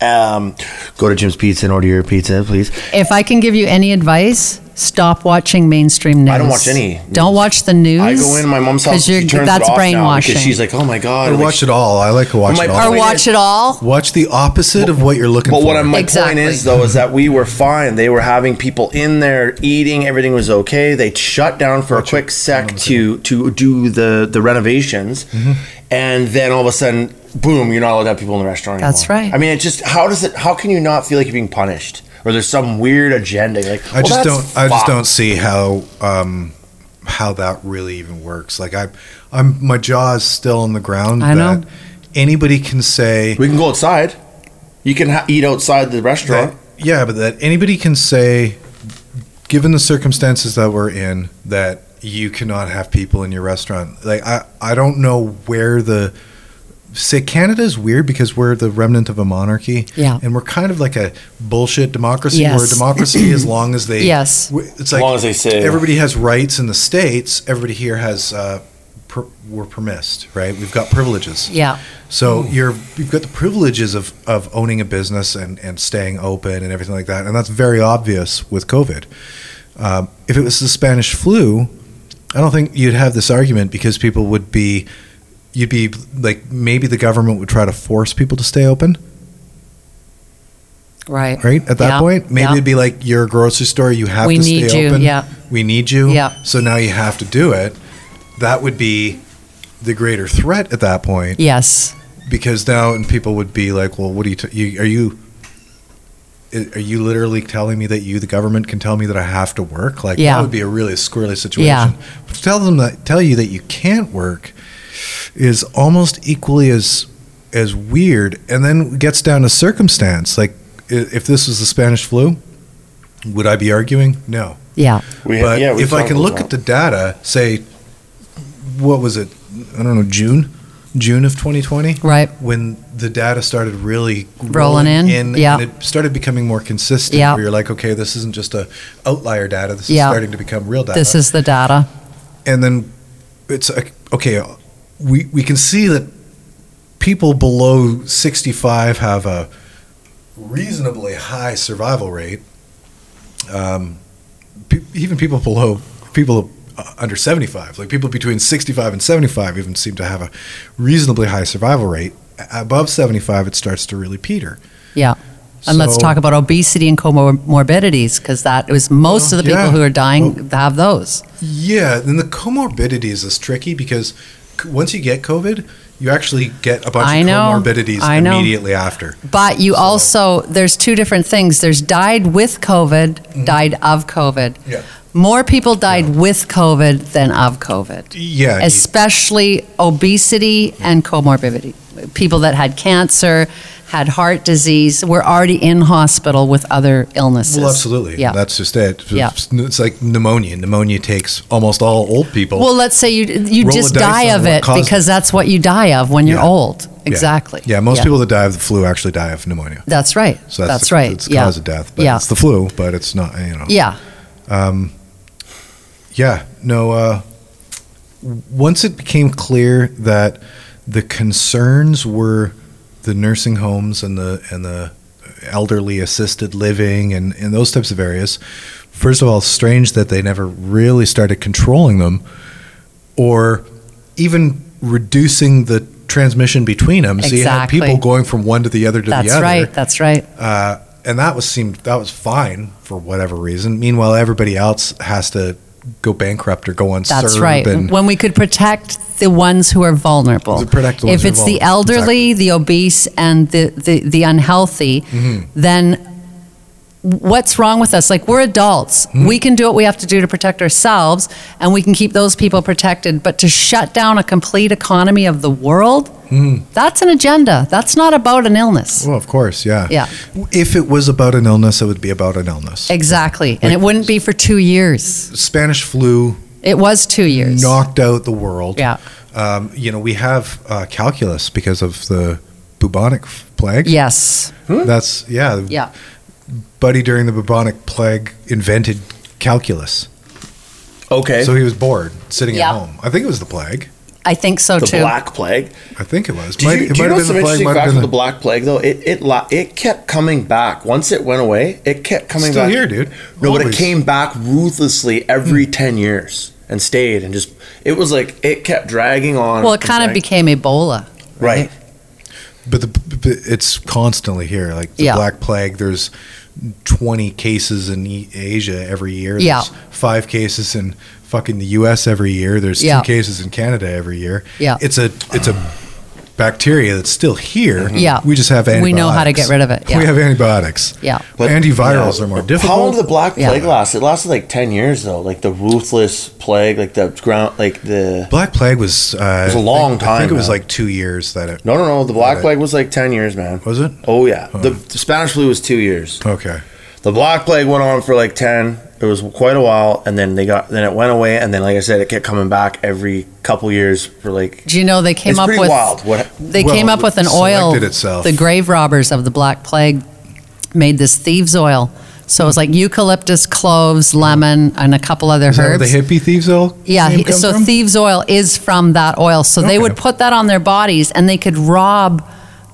[SPEAKER 3] Um, go to Jim's Pizza and order your pizza, please.
[SPEAKER 4] If I can give you any advice, stop watching mainstream news.
[SPEAKER 3] I don't watch any
[SPEAKER 4] Don't
[SPEAKER 3] news.
[SPEAKER 4] watch the news.
[SPEAKER 3] I go in my mom's house.
[SPEAKER 4] because
[SPEAKER 3] She
[SPEAKER 4] you're
[SPEAKER 3] turns
[SPEAKER 4] that's
[SPEAKER 3] it off brainwashing.
[SPEAKER 4] brainwashing.
[SPEAKER 3] because she's like, "Oh my god!"
[SPEAKER 2] I
[SPEAKER 3] like,
[SPEAKER 2] watch it all. I like to watch
[SPEAKER 3] my
[SPEAKER 2] it
[SPEAKER 3] part-
[SPEAKER 2] all.
[SPEAKER 4] or
[SPEAKER 3] Wait,
[SPEAKER 4] watch
[SPEAKER 3] it-
[SPEAKER 4] it all.
[SPEAKER 2] Watch the opposite of what you're looking
[SPEAKER 3] But
[SPEAKER 2] for.
[SPEAKER 3] what I'm, my
[SPEAKER 4] Exactly.
[SPEAKER 3] point is, though, is that we were fine. They were having people in there eating. Everything was okay. They shut down for a quick sec to to do the the renovations,
[SPEAKER 2] Mm-hmm.
[SPEAKER 3] and then all of a sudden, boom! You're not allowed to have people in the restaurant.
[SPEAKER 4] That's
[SPEAKER 3] anymore.
[SPEAKER 4] right.
[SPEAKER 3] I mean, it just how does it? How can you not feel like you're being punished? Or there's some weird agenda. You're Like
[SPEAKER 2] I
[SPEAKER 3] well,
[SPEAKER 2] just
[SPEAKER 3] that's
[SPEAKER 2] don't. I just
[SPEAKER 3] fucked.
[SPEAKER 2] don't see how um, how that really even works. Like I, I'm my jaw is still on the ground.
[SPEAKER 4] I know.
[SPEAKER 2] That anybody can say
[SPEAKER 3] We can go outside. You can ha- eat outside the restaurant.
[SPEAKER 2] that. Yeah, but that anybody can say, given the circumstances that we're in, that you cannot have people in your restaurant. Like I, I don't know where the say Canada is weird because we're the remnant of a monarchy.
[SPEAKER 4] Yeah.
[SPEAKER 2] and we're kind of like a bullshit democracy where
[SPEAKER 4] Yes.
[SPEAKER 2] democracy as long as they
[SPEAKER 4] Yes.
[SPEAKER 2] w- it's like
[SPEAKER 3] long as they say-
[SPEAKER 2] everybody has rights in the states. Everybody here has uh, per, we're permissed, right? We've got privileges.
[SPEAKER 4] Yeah.
[SPEAKER 2] So
[SPEAKER 4] Hmm.
[SPEAKER 2] you're you've got the privileges of, of owning a business and, and staying open and everything like that, and that's very obvious with COVID. Um, if it was the Spanish flu, I don't think you'd have this argument because people would be you'd be like maybe the government would try to force people to stay open,
[SPEAKER 4] Right.
[SPEAKER 2] right? At that
[SPEAKER 4] Yeah,
[SPEAKER 2] point, maybe
[SPEAKER 4] yeah.
[SPEAKER 2] it'd be like you're a grocery store, you have
[SPEAKER 4] We
[SPEAKER 2] to
[SPEAKER 4] need
[SPEAKER 2] stay
[SPEAKER 4] you,
[SPEAKER 2] open.
[SPEAKER 4] yeah.
[SPEAKER 2] We need you.
[SPEAKER 4] Yeah.
[SPEAKER 2] So now you have to do it. That would be the greater threat at that point.
[SPEAKER 4] Yes.
[SPEAKER 2] because now and people would be like, "Well, what are you, t- you are you i- are you literally telling me that you the government can tell me that I have to work?" Like
[SPEAKER 4] Yeah.
[SPEAKER 2] that would be a really squirrely situation.
[SPEAKER 4] Yeah.
[SPEAKER 2] But to tell them that tell you that you can't work is almost equally as as weird and then it gets down to circumstance. Like i- if this was the Spanish flu, would I be arguing? No
[SPEAKER 4] Yeah.
[SPEAKER 3] We,
[SPEAKER 2] but
[SPEAKER 3] we
[SPEAKER 2] if I
[SPEAKER 3] talked
[SPEAKER 2] can
[SPEAKER 3] about
[SPEAKER 2] look
[SPEAKER 3] that.
[SPEAKER 2] at the data, say, what was it? I don't know, June, June of 2020,
[SPEAKER 4] Right.
[SPEAKER 2] when the data started really
[SPEAKER 4] Rolling in, yeah.
[SPEAKER 2] and it started becoming more consistent.
[SPEAKER 4] Yeah.
[SPEAKER 2] where you're like, okay, this isn't just a outlier data. This
[SPEAKER 4] Yeah.
[SPEAKER 2] is starting to become real data.
[SPEAKER 4] This is the data.
[SPEAKER 2] and then it's like, okay, we we can see that people below 65 have a reasonably high survival rate. Um, pe- even people below people uh, under 75, like people between 65 and 75, even seem to have a reasonably high survival rate. A- Above 75, it starts to really peter.
[SPEAKER 4] Yeah. And let's
[SPEAKER 2] So-
[SPEAKER 4] talk about obesity and comorbidities because that was most of the people
[SPEAKER 2] Yeah.
[SPEAKER 4] who are dying have those.
[SPEAKER 2] Yeah, then the comorbidities is tricky because c- once you get COVID, you actually get a bunch
[SPEAKER 4] I
[SPEAKER 2] of
[SPEAKER 4] know,
[SPEAKER 2] comorbidities
[SPEAKER 4] I know.
[SPEAKER 2] immediately after.
[SPEAKER 4] But you also, there's two different things. There's died with COVID, died of COVID.
[SPEAKER 2] Mm-hmm. Yeah.
[SPEAKER 4] More people died with COVID than of COVID,
[SPEAKER 2] Yeah, you-
[SPEAKER 4] especially obesity and comorbidity. People that had cancer, had heart disease, were already in hospital with other illnesses.
[SPEAKER 2] well, absolutely.
[SPEAKER 4] Yeah.
[SPEAKER 2] that's just it.
[SPEAKER 4] Yeah.
[SPEAKER 2] It's like pneumonia. Pneumonia takes almost all old people.
[SPEAKER 4] well, let's say you you
[SPEAKER 2] Roll the
[SPEAKER 4] just
[SPEAKER 2] dice
[SPEAKER 4] die
[SPEAKER 2] on
[SPEAKER 4] of
[SPEAKER 2] what
[SPEAKER 4] it
[SPEAKER 2] caused
[SPEAKER 4] because
[SPEAKER 2] it.
[SPEAKER 4] that's what you die of when you're
[SPEAKER 2] Yeah.
[SPEAKER 4] old.
[SPEAKER 2] Yeah.
[SPEAKER 4] Exactly.
[SPEAKER 2] Yeah, most people that die of the flu actually die of pneumonia.
[SPEAKER 4] That's right.
[SPEAKER 2] So
[SPEAKER 4] that's,
[SPEAKER 2] that's, the-
[SPEAKER 4] right.
[SPEAKER 2] It's the
[SPEAKER 4] yeah.
[SPEAKER 2] cause of death, but
[SPEAKER 4] Yeah.
[SPEAKER 2] it's the flu. But it's not. You know.
[SPEAKER 4] yeah.
[SPEAKER 2] Um, yeah, no. Uh, once it became clear that the concerns were the nursing homes and the and the elderly assisted living and, and those types of areas. First of all, it's strange that they never really started controlling them, or even reducing the transmission between them. So you had
[SPEAKER 4] Exactly.
[SPEAKER 2] people going from one to the other to
[SPEAKER 4] That's
[SPEAKER 2] the other
[SPEAKER 4] right. That's right.
[SPEAKER 2] uh, and that was seemed that was fine for whatever reason. Meanwhile, everybody else has to go bankrupt or go on
[SPEAKER 4] That's
[SPEAKER 2] CERB
[SPEAKER 4] right.
[SPEAKER 2] and
[SPEAKER 4] when we could protect the ones who are vulnerable.
[SPEAKER 2] To protect the ones
[SPEAKER 4] if
[SPEAKER 2] who are
[SPEAKER 4] it's the
[SPEAKER 2] vulnerable,
[SPEAKER 4] elderly, the obese, and the, the, the unhealthy, then what's wrong with us? Like, we're adults.
[SPEAKER 2] Hmm.
[SPEAKER 4] We can do what we have to do to protect ourselves, and we can keep those people protected. But to shut down a complete economy of the world, that's an agenda. That's not about an illness.
[SPEAKER 2] Mm-hmm. well, of course, yeah,
[SPEAKER 4] Yeah.
[SPEAKER 2] If it was about an illness, it would be about an illness.
[SPEAKER 4] Exactly. And it wouldn't be for two years.
[SPEAKER 2] Spanish flu
[SPEAKER 4] It was two years.
[SPEAKER 2] knocked out the world.
[SPEAKER 4] Yeah.
[SPEAKER 2] um, you know we have uh, calculus because of the bubonic f- plague.
[SPEAKER 4] Yes.
[SPEAKER 2] that's yeah.
[SPEAKER 4] Yeah.
[SPEAKER 2] buddy during the bubonic plague invented calculus,
[SPEAKER 3] Okay.
[SPEAKER 2] so he was bored sitting
[SPEAKER 4] Yeah.
[SPEAKER 2] at home. I think it was the plague.
[SPEAKER 4] I think so
[SPEAKER 3] the
[SPEAKER 4] too.
[SPEAKER 3] Black Plague.
[SPEAKER 2] I think it was.
[SPEAKER 3] Do
[SPEAKER 2] Might-
[SPEAKER 3] you,
[SPEAKER 2] it
[SPEAKER 3] do you
[SPEAKER 2] might
[SPEAKER 3] know
[SPEAKER 2] have
[SPEAKER 3] some
[SPEAKER 2] been the plague,
[SPEAKER 3] interesting
[SPEAKER 2] might have
[SPEAKER 3] facts
[SPEAKER 2] been
[SPEAKER 3] with the
[SPEAKER 2] the-
[SPEAKER 3] Black Plague though? It it la- it kept coming back. Once it went away, it kept coming
[SPEAKER 2] Still
[SPEAKER 3] back.
[SPEAKER 2] here, dude.
[SPEAKER 3] No, but
[SPEAKER 2] Always. Hmm.
[SPEAKER 3] it came back ruthlessly every ten years and stayed and just. It was like it kept dragging on.
[SPEAKER 4] Well, it
[SPEAKER 3] and
[SPEAKER 4] kind of
[SPEAKER 3] dragging-
[SPEAKER 4] became Ebola.
[SPEAKER 3] right.
[SPEAKER 2] but the, but it's constantly here. Like the
[SPEAKER 4] Yeah.
[SPEAKER 2] Black Plague, there's 20 cases in E- Asia every year.
[SPEAKER 4] Yeah.
[SPEAKER 2] There's five cases in fucking the U.S. every year. There's
[SPEAKER 4] Yeah.
[SPEAKER 2] two cases in Canada every year.
[SPEAKER 4] Yeah.
[SPEAKER 2] It's a it's a bacteria that's still here.
[SPEAKER 4] Mm-hmm. Yeah.
[SPEAKER 2] We just have antibiotics.
[SPEAKER 4] We know how to get rid of it, yeah.
[SPEAKER 2] We have antibiotics.
[SPEAKER 4] Yeah.
[SPEAKER 2] But antivirals are more difficult.
[SPEAKER 3] How long did the Black
[SPEAKER 4] Yeah.
[SPEAKER 3] Plague last? It lasted like ten years though. Like the ruthless plague, like the ground, like the.
[SPEAKER 2] Black Plague was uh,
[SPEAKER 3] was a
[SPEAKER 2] I think-
[SPEAKER 3] long
[SPEAKER 2] I
[SPEAKER 3] time,
[SPEAKER 2] think it was
[SPEAKER 3] man.
[SPEAKER 2] like two years that it
[SPEAKER 3] No, no, no. The
[SPEAKER 2] Right.
[SPEAKER 3] Black Plague was like ten years, man.
[SPEAKER 2] was it.
[SPEAKER 3] Oh yeah, the, the Spanish flu was two years.
[SPEAKER 2] Okay.
[SPEAKER 3] The Black Plague went on for like ten. It was quite a while, and then they got then it went away, and then like I said, it kept coming back every couple years for like.
[SPEAKER 4] Do you know they came
[SPEAKER 3] it's
[SPEAKER 4] up
[SPEAKER 3] pretty
[SPEAKER 4] with
[SPEAKER 3] wild. What?
[SPEAKER 4] they
[SPEAKER 2] Well,
[SPEAKER 4] came up with an
[SPEAKER 2] it
[SPEAKER 4] oil.
[SPEAKER 2] selected itself.
[SPEAKER 4] The grave robbers of the Black Plague made this thieves oil. So it's like eucalyptus, cloves, lemon, and a couple other
[SPEAKER 2] Mm. Is that where
[SPEAKER 4] herbs.
[SPEAKER 2] the hippie thieves all
[SPEAKER 4] yeah,
[SPEAKER 2] name
[SPEAKER 4] he-
[SPEAKER 2] come
[SPEAKER 4] so
[SPEAKER 2] from?
[SPEAKER 4] thieves oil is from that oil. So
[SPEAKER 2] Okay.
[SPEAKER 4] they would put that on their bodies, and they could rob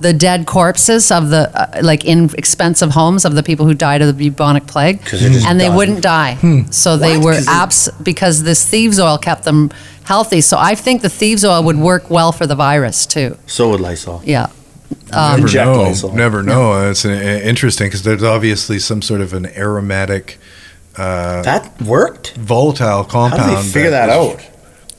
[SPEAKER 4] the dead corpses of the uh, like in expensive homes of the people who died of the bubonic plague,
[SPEAKER 3] 'Cause they're just
[SPEAKER 4] and they
[SPEAKER 3] dying.
[SPEAKER 4] wouldn't die. So they
[SPEAKER 3] What?
[SPEAKER 4] were
[SPEAKER 3] 'Cause they-
[SPEAKER 4] abs because this thieves oil kept them healthy. So I think the thieves oil would work well for the virus too.
[SPEAKER 3] So would Lysol.
[SPEAKER 4] Yeah. um,
[SPEAKER 2] Never
[SPEAKER 3] Inject
[SPEAKER 2] know.
[SPEAKER 3] Lysol.
[SPEAKER 2] Never know. It's an, uh, interesting because there's obviously some sort of an aromatic uh,
[SPEAKER 3] That worked.
[SPEAKER 2] volatile
[SPEAKER 3] How
[SPEAKER 2] compound.
[SPEAKER 3] did they figure that,
[SPEAKER 2] is
[SPEAKER 3] out?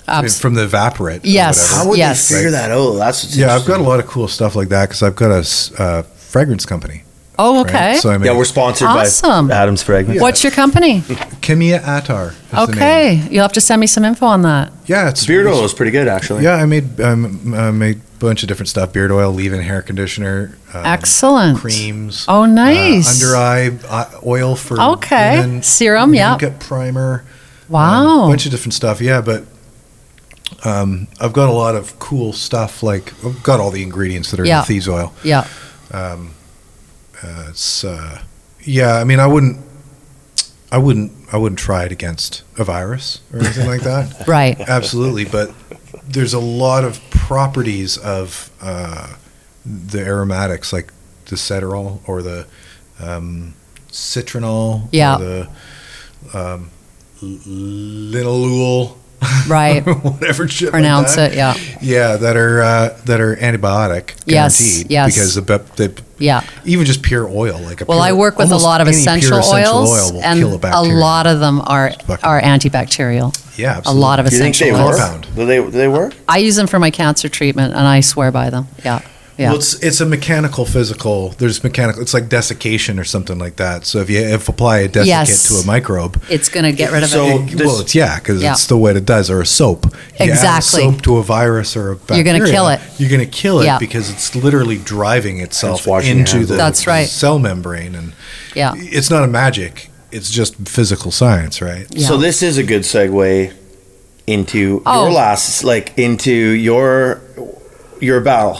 [SPEAKER 4] Abs-
[SPEAKER 2] From the evaporate. or
[SPEAKER 4] Yes.
[SPEAKER 2] whatever.
[SPEAKER 3] How would
[SPEAKER 4] Yes.
[SPEAKER 3] they figure that out? That's what's
[SPEAKER 2] Yeah, I've got a
[SPEAKER 3] interesting.
[SPEAKER 2] lot of cool stuff like that because I've got a s- uh, fragrance company.
[SPEAKER 4] oh,
[SPEAKER 2] right?
[SPEAKER 4] okay.
[SPEAKER 2] So I mean,
[SPEAKER 3] Yeah, we're sponsored
[SPEAKER 4] Awesome.
[SPEAKER 3] by Adam's Fragrance.
[SPEAKER 4] What's your company?
[SPEAKER 2] Kimia Attar. is the name. Uh,
[SPEAKER 4] Okay, you'll have to send me some info on that.
[SPEAKER 2] Yeah, it's
[SPEAKER 3] Beard oil is pretty good actually.
[SPEAKER 2] Yeah, I made um, I made a bunch of different stuff: beard oil, leave-in hair conditioner, um,
[SPEAKER 4] Excellent.
[SPEAKER 2] creams.
[SPEAKER 4] Oh, nice.
[SPEAKER 2] Uh, under eye uh, oil for
[SPEAKER 4] Okay.
[SPEAKER 2] women,
[SPEAKER 4] Serum, yeah.
[SPEAKER 2] Makeup primer.
[SPEAKER 4] Wow.
[SPEAKER 2] a bunch of different stuff. Yeah, but um, I've got a lot of cool stuff. Like I've got all the ingredients that are
[SPEAKER 4] Yeah.
[SPEAKER 2] in thieves oil.
[SPEAKER 4] Yeah.
[SPEAKER 2] Um, uh, it's uh, yeah. I mean, I wouldn't, I wouldn't, I wouldn't try it against a virus or anything like that.
[SPEAKER 4] right.
[SPEAKER 2] Absolutely, but there's a lot of properties of uh, the aromatics, like the ceterol or the um, citronol.
[SPEAKER 4] Yeah.
[SPEAKER 2] Or the um, l- linalool.
[SPEAKER 4] Right.
[SPEAKER 2] *laughs* Whatever shit like
[SPEAKER 4] Pronounce
[SPEAKER 2] that.
[SPEAKER 4] it. Yeah.
[SPEAKER 2] Yeah, that are uh, that are antibiotic
[SPEAKER 4] Yes,
[SPEAKER 2] guaranteed
[SPEAKER 4] yes.
[SPEAKER 2] because the, bep- the
[SPEAKER 4] Yeah.
[SPEAKER 5] Even just pure oil, like a
[SPEAKER 4] Well,
[SPEAKER 5] pure-
[SPEAKER 4] I work with a
[SPEAKER 5] almost
[SPEAKER 4] lot of
[SPEAKER 5] any pure
[SPEAKER 4] essential
[SPEAKER 5] essential
[SPEAKER 4] oils,
[SPEAKER 5] oil will
[SPEAKER 4] and
[SPEAKER 5] kill a
[SPEAKER 4] a
[SPEAKER 5] bacteria.
[SPEAKER 4] lot of them are
[SPEAKER 5] Fuck.
[SPEAKER 4] are antibacterial.
[SPEAKER 5] Yeah,
[SPEAKER 4] A
[SPEAKER 5] absolutely.
[SPEAKER 4] lot of
[SPEAKER 3] Do you think
[SPEAKER 4] essential
[SPEAKER 3] they
[SPEAKER 4] oils.
[SPEAKER 3] work?
[SPEAKER 5] Compound.
[SPEAKER 3] Do they, do they work?
[SPEAKER 4] I use them for my cancer treatment, and I swear by them. Yeah, yeah.
[SPEAKER 5] Well, it's it's a mechanical physical. There's mechanical. It's like desiccation or something like that. So if you if apply a desiccant
[SPEAKER 4] Yes.
[SPEAKER 5] to a microbe,
[SPEAKER 4] it's gonna get rid of
[SPEAKER 3] So-
[SPEAKER 4] it.
[SPEAKER 5] it- well,
[SPEAKER 3] this-
[SPEAKER 5] it's yeah, because
[SPEAKER 4] Yeah.
[SPEAKER 5] it's the way it does. Or a soap. You add a
[SPEAKER 4] Exactly.
[SPEAKER 5] soap to a virus or a
[SPEAKER 4] You're
[SPEAKER 5] bacteria.
[SPEAKER 4] gonna kill it.
[SPEAKER 5] You're going to kill it
[SPEAKER 4] Yeah.
[SPEAKER 5] because it's literally driving itself
[SPEAKER 3] It's washing your
[SPEAKER 5] into
[SPEAKER 3] hands.
[SPEAKER 5] the
[SPEAKER 4] That's right.
[SPEAKER 5] cell membrane, and
[SPEAKER 4] Yeah,
[SPEAKER 5] it's not a magic. It's just physical science, right?
[SPEAKER 4] yeah.
[SPEAKER 3] So this is a good segue into
[SPEAKER 4] Oh.
[SPEAKER 3] your last, like into your your battle.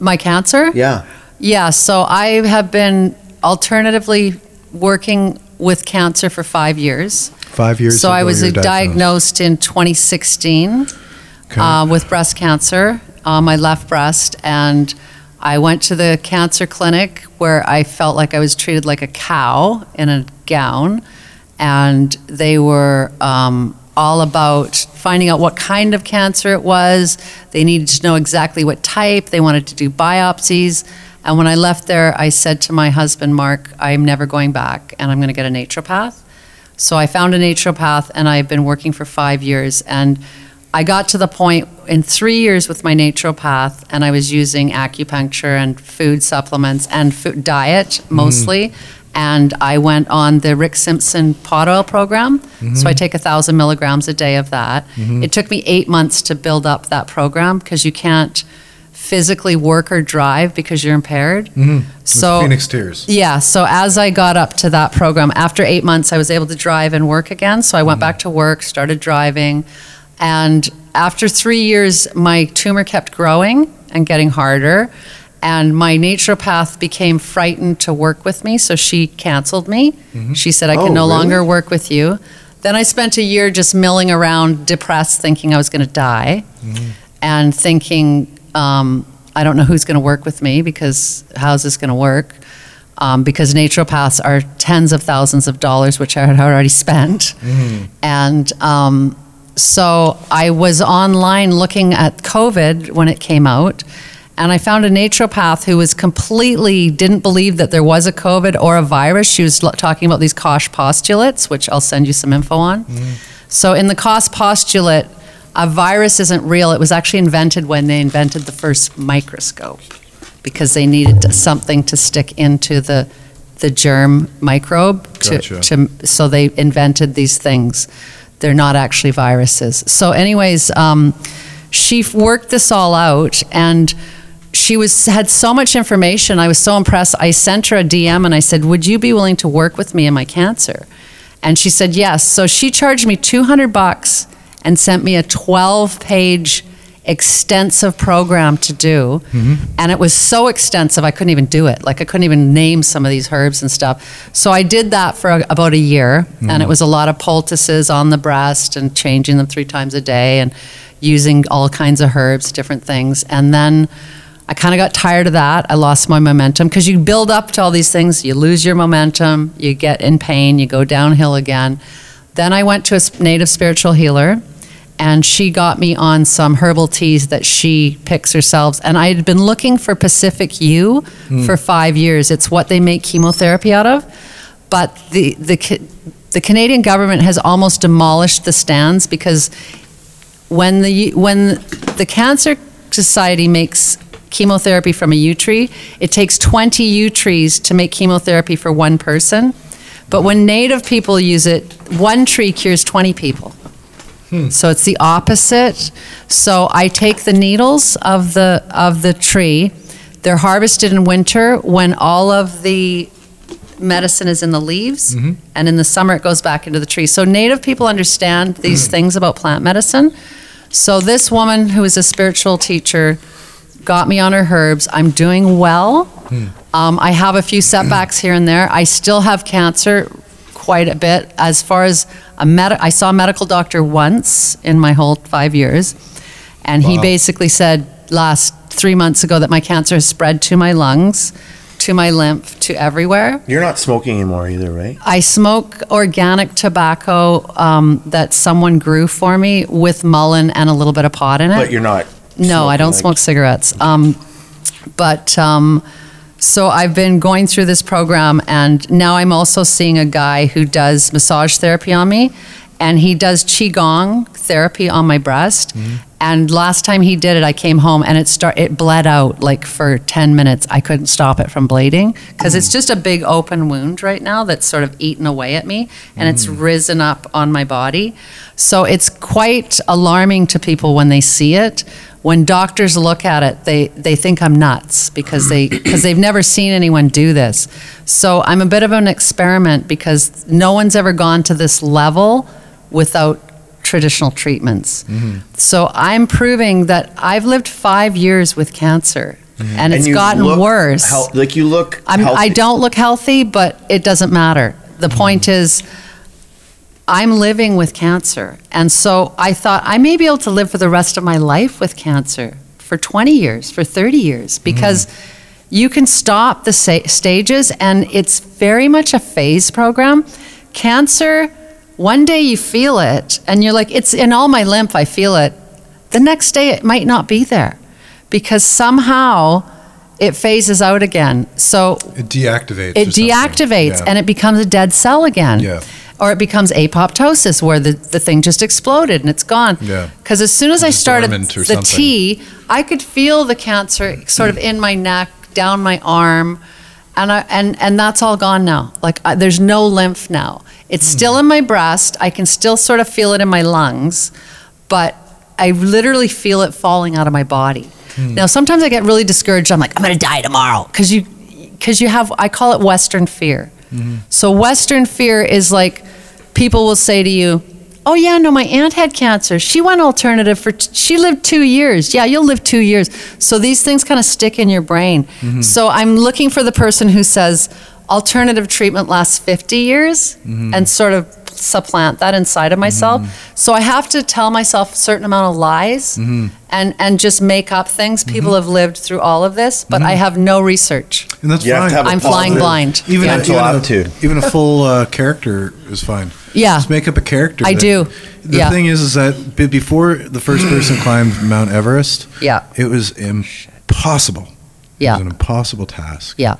[SPEAKER 4] my cancer.
[SPEAKER 3] Yeah,
[SPEAKER 4] Yeah, so I have been alternatively working with cancer for five years.
[SPEAKER 5] Five years.
[SPEAKER 4] so I
[SPEAKER 5] ago,
[SPEAKER 4] was
[SPEAKER 5] you were
[SPEAKER 4] diagnosed. in 2016
[SPEAKER 5] Okay.
[SPEAKER 4] uh, with breast cancer on my left breast, and I went to the cancer clinic where I felt like I was treated like a cow in a gown, and they were. Um, all about finding out what kind of cancer it was. They needed to know exactly what type. They wanted to do biopsies. And when I left there, I said to my husband, Mark, I'm never going back and I'm going to get a naturopath. So I found a naturopath and I've been working for five years. And I got to the point in three years with my naturopath, and I was using acupuncture and food supplements and food diet mostly. And I went on the Rick Simpson pot oil program. So I take a thousand milligrams a day of that. It took me eight months to build up that program because you can't physically work or drive because you're impaired. So
[SPEAKER 5] Mm-hmm. Phoenix Tears.
[SPEAKER 4] yeah. So as I got up to that program, after eight months, I was able to drive and work again. So I went back to work, started driving. And after three years, my tumor kept growing and getting harder. And my naturopath became frightened to work with me. So she canceled me. She said, I
[SPEAKER 3] Oh,
[SPEAKER 4] can no
[SPEAKER 3] really?
[SPEAKER 4] longer work with you. Then I spent a year just milling around, depressed, thinking I was going to die
[SPEAKER 3] Mm-hmm.
[SPEAKER 4] and thinking, um, I don't know who's going to work with me because how's this going to work? Um, because naturopaths are tens of thousands of dollars, which I had already spent. And um, so I was online looking at COVID when it came out. And I found a naturopath who was completely didn't believe that there was a COVID or a virus. She was lo- talking about these Koch postulates, which I'll send you some info on. So, in the Koch postulate, a virus isn't real. It was actually invented when they invented the first microscope because they needed something to stick into the, the germ microbe to,
[SPEAKER 5] Gotcha.
[SPEAKER 4] to, so they invented these things. They're not actually viruses. So, anyways, um, she f- worked this all out and she was had so much information. I was so impressed. I sent her a DM and I said, "Would you be willing to work with me in my cancer?" And she said yes. So she charged me 200 bucks and sent me a 12-page extensive program to do. And it was so extensive I couldn't even do it. Like I couldn't even name some of these herbs and stuff. So I did that for a, about a year and it was a lot of poultices on the breast and changing them 3 times a day and using all kinds of herbs, different things. And then I kind of got tired of that. I lost my momentum because you build up to all these things, you lose your momentum, you get in pain, you go downhill again. Then I went to a s- native spiritual healer and she got me on some herbal teas that she picks herself. And I had been looking for Pacific U for five years. It's what they make chemotherapy out of. But the, the, Ca- the Canadian government has almost demolished the stands because when the, when the Cancer Society makes chemotherapy from a yew tree, it takes 20 yew trees to make chemotherapy for one person. But when native people use it, one tree cures 20 people. So it's the opposite. So I take the needles of the of the tree. They're harvested in winter when all of the medicine is in the leaves and in the summer it goes back into the tree. So native people understand these things about plant medicine. So this woman who is a spiritual teacher got me on her herbs. I'm doing well. Um, I have a few setbacks here and there. I still have cancer quite a bit. As far as a med, I saw a medical doctor once in my whole five years, and he
[SPEAKER 5] Wow.
[SPEAKER 4] basically said last three months ago that my cancer has spread to my lungs, to my lymph, to everywhere.
[SPEAKER 3] you're not smoking anymore either, right?
[SPEAKER 4] I smoke organic tobacco um, that someone grew for me with mullein and a little bit of pot in it.
[SPEAKER 3] But you're not.
[SPEAKER 4] No, I
[SPEAKER 3] smoking,
[SPEAKER 4] don't
[SPEAKER 3] like-
[SPEAKER 4] smoke cigarettes. Um, but um, So I've been going through this program, and now I'm also seeing a guy who does massage therapy on me, and he does qigong therapy on my breast. And last time he did it, I came home and it start it bled out like for ten minutes. I couldn't stop it from bleeding because it's just a big open wound right now that's sort of eaten away at me, and it's risen up on my body. So it's quite alarming to people when they see it. When doctors look at it, they, they think I'm nuts because they because they've never seen anyone do this. So I'm a bit of an experiment because no one's ever gone to this level without traditional treatments. So I'm proving that I've lived five years with cancer and it's
[SPEAKER 3] you
[SPEAKER 4] gotten
[SPEAKER 3] look
[SPEAKER 4] worse.
[SPEAKER 3] heal- like you look.
[SPEAKER 4] I'm, I
[SPEAKER 3] healthy. Mm-hmm.
[SPEAKER 4] don't look healthy, but it doesn't matter. The point is, I'm living with cancer. And so I thought I may be able to live for the rest of my life with cancer for 20 years, for 30 years,
[SPEAKER 3] Mm-hmm.
[SPEAKER 4] because you can stop the sa- stages and it's very much a phase program. Cancer, one day you feel it and you're like, it's in all my lymph, I feel it. The next day it might not be there because somehow it phases out again. So
[SPEAKER 5] It deactivates.
[SPEAKER 4] it
[SPEAKER 5] or something.
[SPEAKER 4] deactivates
[SPEAKER 5] Yeah.
[SPEAKER 4] and it becomes a dead cell again.
[SPEAKER 5] Yeah.
[SPEAKER 4] Or it becomes apoptosis where the, the thing just exploded and it's gone.
[SPEAKER 5] Yeah.
[SPEAKER 4] Because as soon as I
[SPEAKER 5] It's
[SPEAKER 4] started
[SPEAKER 5] dormant or
[SPEAKER 4] the
[SPEAKER 5] something.
[SPEAKER 4] tea, I could feel the cancer sort of in my neck, down my arm, and I, and and that's all gone now. Like I, there's no lymph now. It's
[SPEAKER 5] Hmm.
[SPEAKER 4] still in my breast. I can still sort of feel it in my lungs, but I literally feel it falling out of my body.
[SPEAKER 5] Hmm.
[SPEAKER 4] Now sometimes I get really discouraged. I'm like, I'm gonna die tomorrow because you because you have I call it Western fear.
[SPEAKER 5] Mm-hmm.
[SPEAKER 4] So Western fear is like people will say to you, "Oh yeah, no, my aunt had cancer. She went alternative for t- she lived 2 years. Yeah, you'll live 2 years." So these things kind of stick in your brain.
[SPEAKER 5] Mm-hmm.
[SPEAKER 4] So I'm looking for the person who says alternative treatment lasts 50 years
[SPEAKER 5] Mm-hmm.
[SPEAKER 4] and sort of supplant that inside of myself. So I have to tell myself a certain amount of lies
[SPEAKER 5] Mm-hmm.
[SPEAKER 4] and and just make up things. People have lived through all of this, but
[SPEAKER 5] Mm-hmm.
[SPEAKER 4] I have no research.
[SPEAKER 5] And that's
[SPEAKER 3] You have
[SPEAKER 5] fine.
[SPEAKER 3] to have a
[SPEAKER 4] I'm flying
[SPEAKER 3] positive-
[SPEAKER 4] blind.
[SPEAKER 5] Even,
[SPEAKER 4] Yeah.
[SPEAKER 5] a,
[SPEAKER 3] Mental
[SPEAKER 5] even,
[SPEAKER 3] aptitude.
[SPEAKER 5] A, even a full uh, character is fine.
[SPEAKER 4] Yeah.
[SPEAKER 5] Just make up a character.
[SPEAKER 4] I
[SPEAKER 5] that-
[SPEAKER 4] do.
[SPEAKER 5] The
[SPEAKER 4] Yeah.
[SPEAKER 5] thing is, is that b- before the first
[SPEAKER 4] *clears throat*
[SPEAKER 5] person climbed Mount Everest,
[SPEAKER 4] Yeah.
[SPEAKER 5] it was impossible. It
[SPEAKER 4] Yeah.
[SPEAKER 5] was an impossible task.
[SPEAKER 4] Yeah.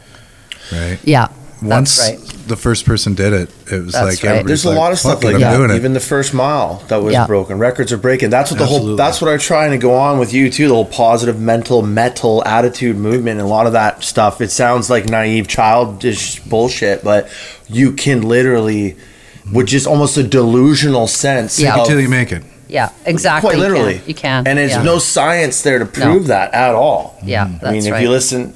[SPEAKER 5] Right.
[SPEAKER 4] Yeah.
[SPEAKER 5] Once
[SPEAKER 4] right.
[SPEAKER 5] the first person did it, it was
[SPEAKER 4] That's
[SPEAKER 5] like
[SPEAKER 4] right.
[SPEAKER 5] everybody's
[SPEAKER 3] There's a lot of
[SPEAKER 5] "Fuck
[SPEAKER 3] stuff
[SPEAKER 5] it,
[SPEAKER 3] like
[SPEAKER 5] I'm
[SPEAKER 3] that.
[SPEAKER 5] doing it.
[SPEAKER 3] Even the first mile that was
[SPEAKER 4] Yeah.
[SPEAKER 3] broken, records are breaking. That's what the whole.
[SPEAKER 5] Absolutely.
[SPEAKER 3] That's what I'm trying to go on with you too. The whole positive mental metal attitude movement and a lot of that stuff. It sounds like naive, childish bullshit, but you can literally, with just almost a delusional sense.
[SPEAKER 4] Yeah.
[SPEAKER 3] of-
[SPEAKER 5] until you make it.
[SPEAKER 4] Yeah. Exactly.
[SPEAKER 3] Quite
[SPEAKER 4] You can.
[SPEAKER 3] literally,
[SPEAKER 4] You can.
[SPEAKER 3] and there's
[SPEAKER 4] yeah.
[SPEAKER 3] no Mm-hmm. science there to prove that at all.
[SPEAKER 4] Yeah,
[SPEAKER 3] I mean,
[SPEAKER 4] that's
[SPEAKER 3] if
[SPEAKER 4] right.
[SPEAKER 3] you listen,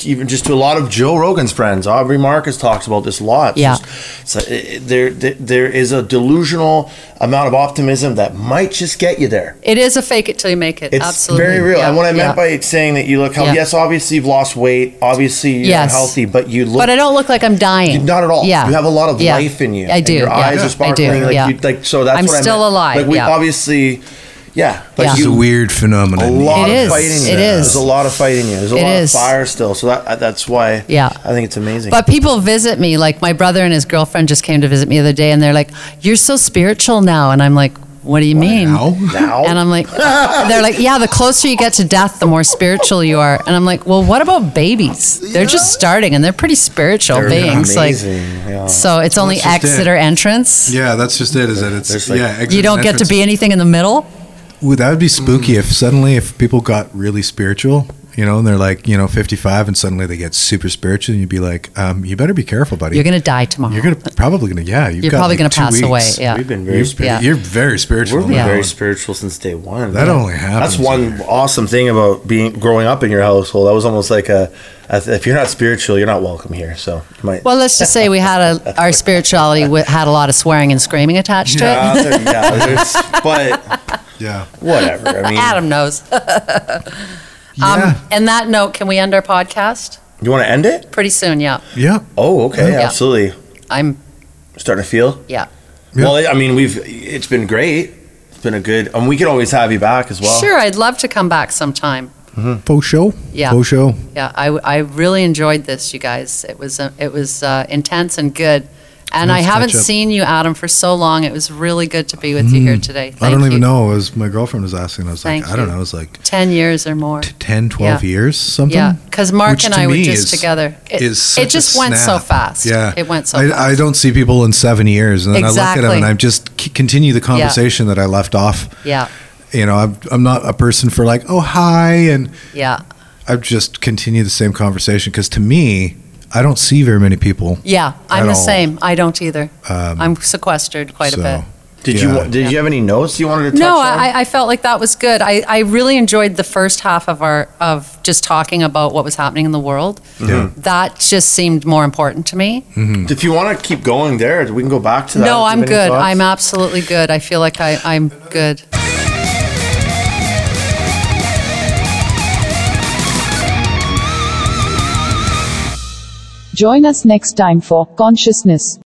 [SPEAKER 3] even just to a lot of Joe Rogan's friends, Aubrey Marcus talks about this a lot. It's
[SPEAKER 4] Yeah.
[SPEAKER 3] just- so it- it- there, there, there is a delusional amount of optimism that might just get you there.
[SPEAKER 4] It is a fake it till you make it.
[SPEAKER 3] It's
[SPEAKER 4] Absolutely.
[SPEAKER 3] very real.
[SPEAKER 4] Yeah.
[SPEAKER 3] and what I meant
[SPEAKER 4] Yeah.
[SPEAKER 3] by saying that you look healthy,
[SPEAKER 4] Yeah.
[SPEAKER 3] yes, obviously you've lost weight, obviously you're
[SPEAKER 4] Yes.
[SPEAKER 3] healthy, but you look.
[SPEAKER 4] But I don't look like I'm
[SPEAKER 3] you-
[SPEAKER 4] dying.
[SPEAKER 3] Not at all.
[SPEAKER 4] Yeah.
[SPEAKER 3] You have a lot of
[SPEAKER 4] Yeah.
[SPEAKER 3] life in you.
[SPEAKER 4] I
[SPEAKER 3] and
[SPEAKER 4] do.
[SPEAKER 3] your
[SPEAKER 4] yeah.
[SPEAKER 3] eyes
[SPEAKER 4] I
[SPEAKER 3] are sparkling.
[SPEAKER 4] do.
[SPEAKER 3] Like,
[SPEAKER 4] yeah.
[SPEAKER 3] you, like so. That's
[SPEAKER 4] I'm
[SPEAKER 3] what I meant.
[SPEAKER 4] still alive,
[SPEAKER 3] Like we
[SPEAKER 4] yeah.
[SPEAKER 3] obviously, yeah. Like
[SPEAKER 4] Yeah.
[SPEAKER 5] It's a weird phenomenon.
[SPEAKER 3] a lot
[SPEAKER 4] It
[SPEAKER 3] of
[SPEAKER 4] is.
[SPEAKER 3] fighting.
[SPEAKER 4] It
[SPEAKER 3] there.
[SPEAKER 4] is.
[SPEAKER 3] There's a lot of fighting. There's a
[SPEAKER 4] It
[SPEAKER 3] lot
[SPEAKER 4] is.
[SPEAKER 3] of fire still. So that that's why.
[SPEAKER 4] Yeah.
[SPEAKER 3] I think it's amazing.
[SPEAKER 4] But people visit me. Like my brother and his girlfriend just came to visit me the other day, and they're like, "You're so spiritual now," and I'm like, "What do you mean?"
[SPEAKER 5] Now?
[SPEAKER 3] *laughs* now,
[SPEAKER 4] And I'm like, they're like, yeah, the closer you get to death, the more spiritual you are. And I'm like, well, what about babies? They're just starting and they're pretty spiritual
[SPEAKER 5] They're
[SPEAKER 4] beings. Like,
[SPEAKER 3] amazing. yeah.
[SPEAKER 4] so it's only
[SPEAKER 5] That's just
[SPEAKER 4] exit
[SPEAKER 5] it.
[SPEAKER 4] or entrance.
[SPEAKER 5] Yeah, that's just it. Is that it's
[SPEAKER 3] There's like-
[SPEAKER 5] yeah. exit
[SPEAKER 4] You
[SPEAKER 5] and
[SPEAKER 4] don't get to
[SPEAKER 5] entrance.
[SPEAKER 4] be anything in the middle.
[SPEAKER 5] Ooh, that would be
[SPEAKER 3] Mm-hmm.
[SPEAKER 5] spooky if suddenly if people got really spiritual, you know, and they're like, you know, 55 and suddenly they get super spiritual and you'd be like, um, you better be careful, buddy.
[SPEAKER 4] You're going to die tomorrow.
[SPEAKER 5] You're gonna probably gonna yeah. You've
[SPEAKER 4] You're
[SPEAKER 5] got
[SPEAKER 4] probably
[SPEAKER 5] like
[SPEAKER 4] gonna
[SPEAKER 5] two
[SPEAKER 4] pass
[SPEAKER 5] weeks.
[SPEAKER 4] away. Yeah.
[SPEAKER 3] we've been very.
[SPEAKER 5] You're,
[SPEAKER 3] spiritual.
[SPEAKER 4] Yeah.
[SPEAKER 5] you're very spiritual.
[SPEAKER 3] We've been
[SPEAKER 5] man.
[SPEAKER 3] very spiritual since day one.
[SPEAKER 5] That only happens.
[SPEAKER 3] That's one awesome thing about being growing up in your household. That was almost like a, a if you're not spiritual, you're not welcome here. So you might.
[SPEAKER 4] Well, let's just say we had a our spirituality w- had a lot of swearing and screaming attached to
[SPEAKER 3] yeah, there- yeah, there's-
[SPEAKER 4] *laughs*
[SPEAKER 3] but
[SPEAKER 5] Yeah.
[SPEAKER 3] whatever. I
[SPEAKER 4] it.
[SPEAKER 3] mean,
[SPEAKER 4] Adam knows. Um,
[SPEAKER 5] yeah.
[SPEAKER 4] and that note, can we end our podcast
[SPEAKER 3] you want to end it?
[SPEAKER 4] pretty soon? Yeah,
[SPEAKER 5] Yeah.
[SPEAKER 3] Oh, okay,
[SPEAKER 4] Yeah.
[SPEAKER 3] absolutely.
[SPEAKER 4] I'm.
[SPEAKER 3] Starting to feel.
[SPEAKER 4] Yeah,
[SPEAKER 5] Yeah.
[SPEAKER 3] Well, I mean, we've it's been great. It's been a good, and we can always have you back as well.
[SPEAKER 4] sure. I'd love to come back sometime.
[SPEAKER 5] Faux show.
[SPEAKER 4] Yeah.
[SPEAKER 5] Faux show.
[SPEAKER 4] Yeah, I, I really enjoyed this, you guys. It was uh, it was uh, intense and good, And I
[SPEAKER 2] Let's
[SPEAKER 4] haven't
[SPEAKER 2] catch up. Mm.
[SPEAKER 4] seen you, Adam, for so long. It was really good to be with you here today.
[SPEAKER 2] I
[SPEAKER 4] Thank
[SPEAKER 2] don't
[SPEAKER 4] you.
[SPEAKER 2] even know. It was my girlfriend was asking. I was
[SPEAKER 4] Thank
[SPEAKER 2] like, I don't
[SPEAKER 4] you.
[SPEAKER 2] know. It was like
[SPEAKER 4] Ten years or more.
[SPEAKER 2] t- 10, 12
[SPEAKER 4] Yeah.
[SPEAKER 2] years, something.
[SPEAKER 4] Yeah, because Mark
[SPEAKER 2] Which
[SPEAKER 4] and
[SPEAKER 2] to
[SPEAKER 4] I were
[SPEAKER 2] me
[SPEAKER 4] just
[SPEAKER 2] is-
[SPEAKER 4] together. It,
[SPEAKER 2] is such
[SPEAKER 4] it just
[SPEAKER 2] a
[SPEAKER 4] went so
[SPEAKER 2] snap.
[SPEAKER 4] fast.
[SPEAKER 2] Yeah,
[SPEAKER 4] it went so
[SPEAKER 2] I,
[SPEAKER 4] fast.
[SPEAKER 2] I don't see people in seven years, and then I look at
[SPEAKER 4] Exactly.
[SPEAKER 2] them and I just c- continue the conversation that I left off.
[SPEAKER 4] Yeah,
[SPEAKER 2] You know, I'm, I'm not a person for like, oh hi, and
[SPEAKER 4] yeah,
[SPEAKER 2] I just continue the same conversation because to me, I don't see very many people.
[SPEAKER 4] yeah.
[SPEAKER 2] At
[SPEAKER 4] I'm the
[SPEAKER 2] all.
[SPEAKER 4] same. I don't either.
[SPEAKER 2] Um,
[SPEAKER 4] I'm sequestered quite
[SPEAKER 2] so-
[SPEAKER 4] a bit.
[SPEAKER 2] Yeah.
[SPEAKER 3] Did you you did you have any notes you wanted to touch
[SPEAKER 4] No,
[SPEAKER 3] on?
[SPEAKER 4] I, I felt like that was good. I, I really enjoyed the first half of our of just talking about what was happening in the world.
[SPEAKER 2] Yeah.
[SPEAKER 4] That just seemed more important to me.
[SPEAKER 3] if you want to keep going there, we can go back to that. if
[SPEAKER 4] No,
[SPEAKER 3] you
[SPEAKER 4] I'm
[SPEAKER 3] have any
[SPEAKER 4] good.
[SPEAKER 3] thoughts.
[SPEAKER 4] I'm absolutely good. I feel like I, I'm good.
[SPEAKER 1] Join us next time for Consciousness.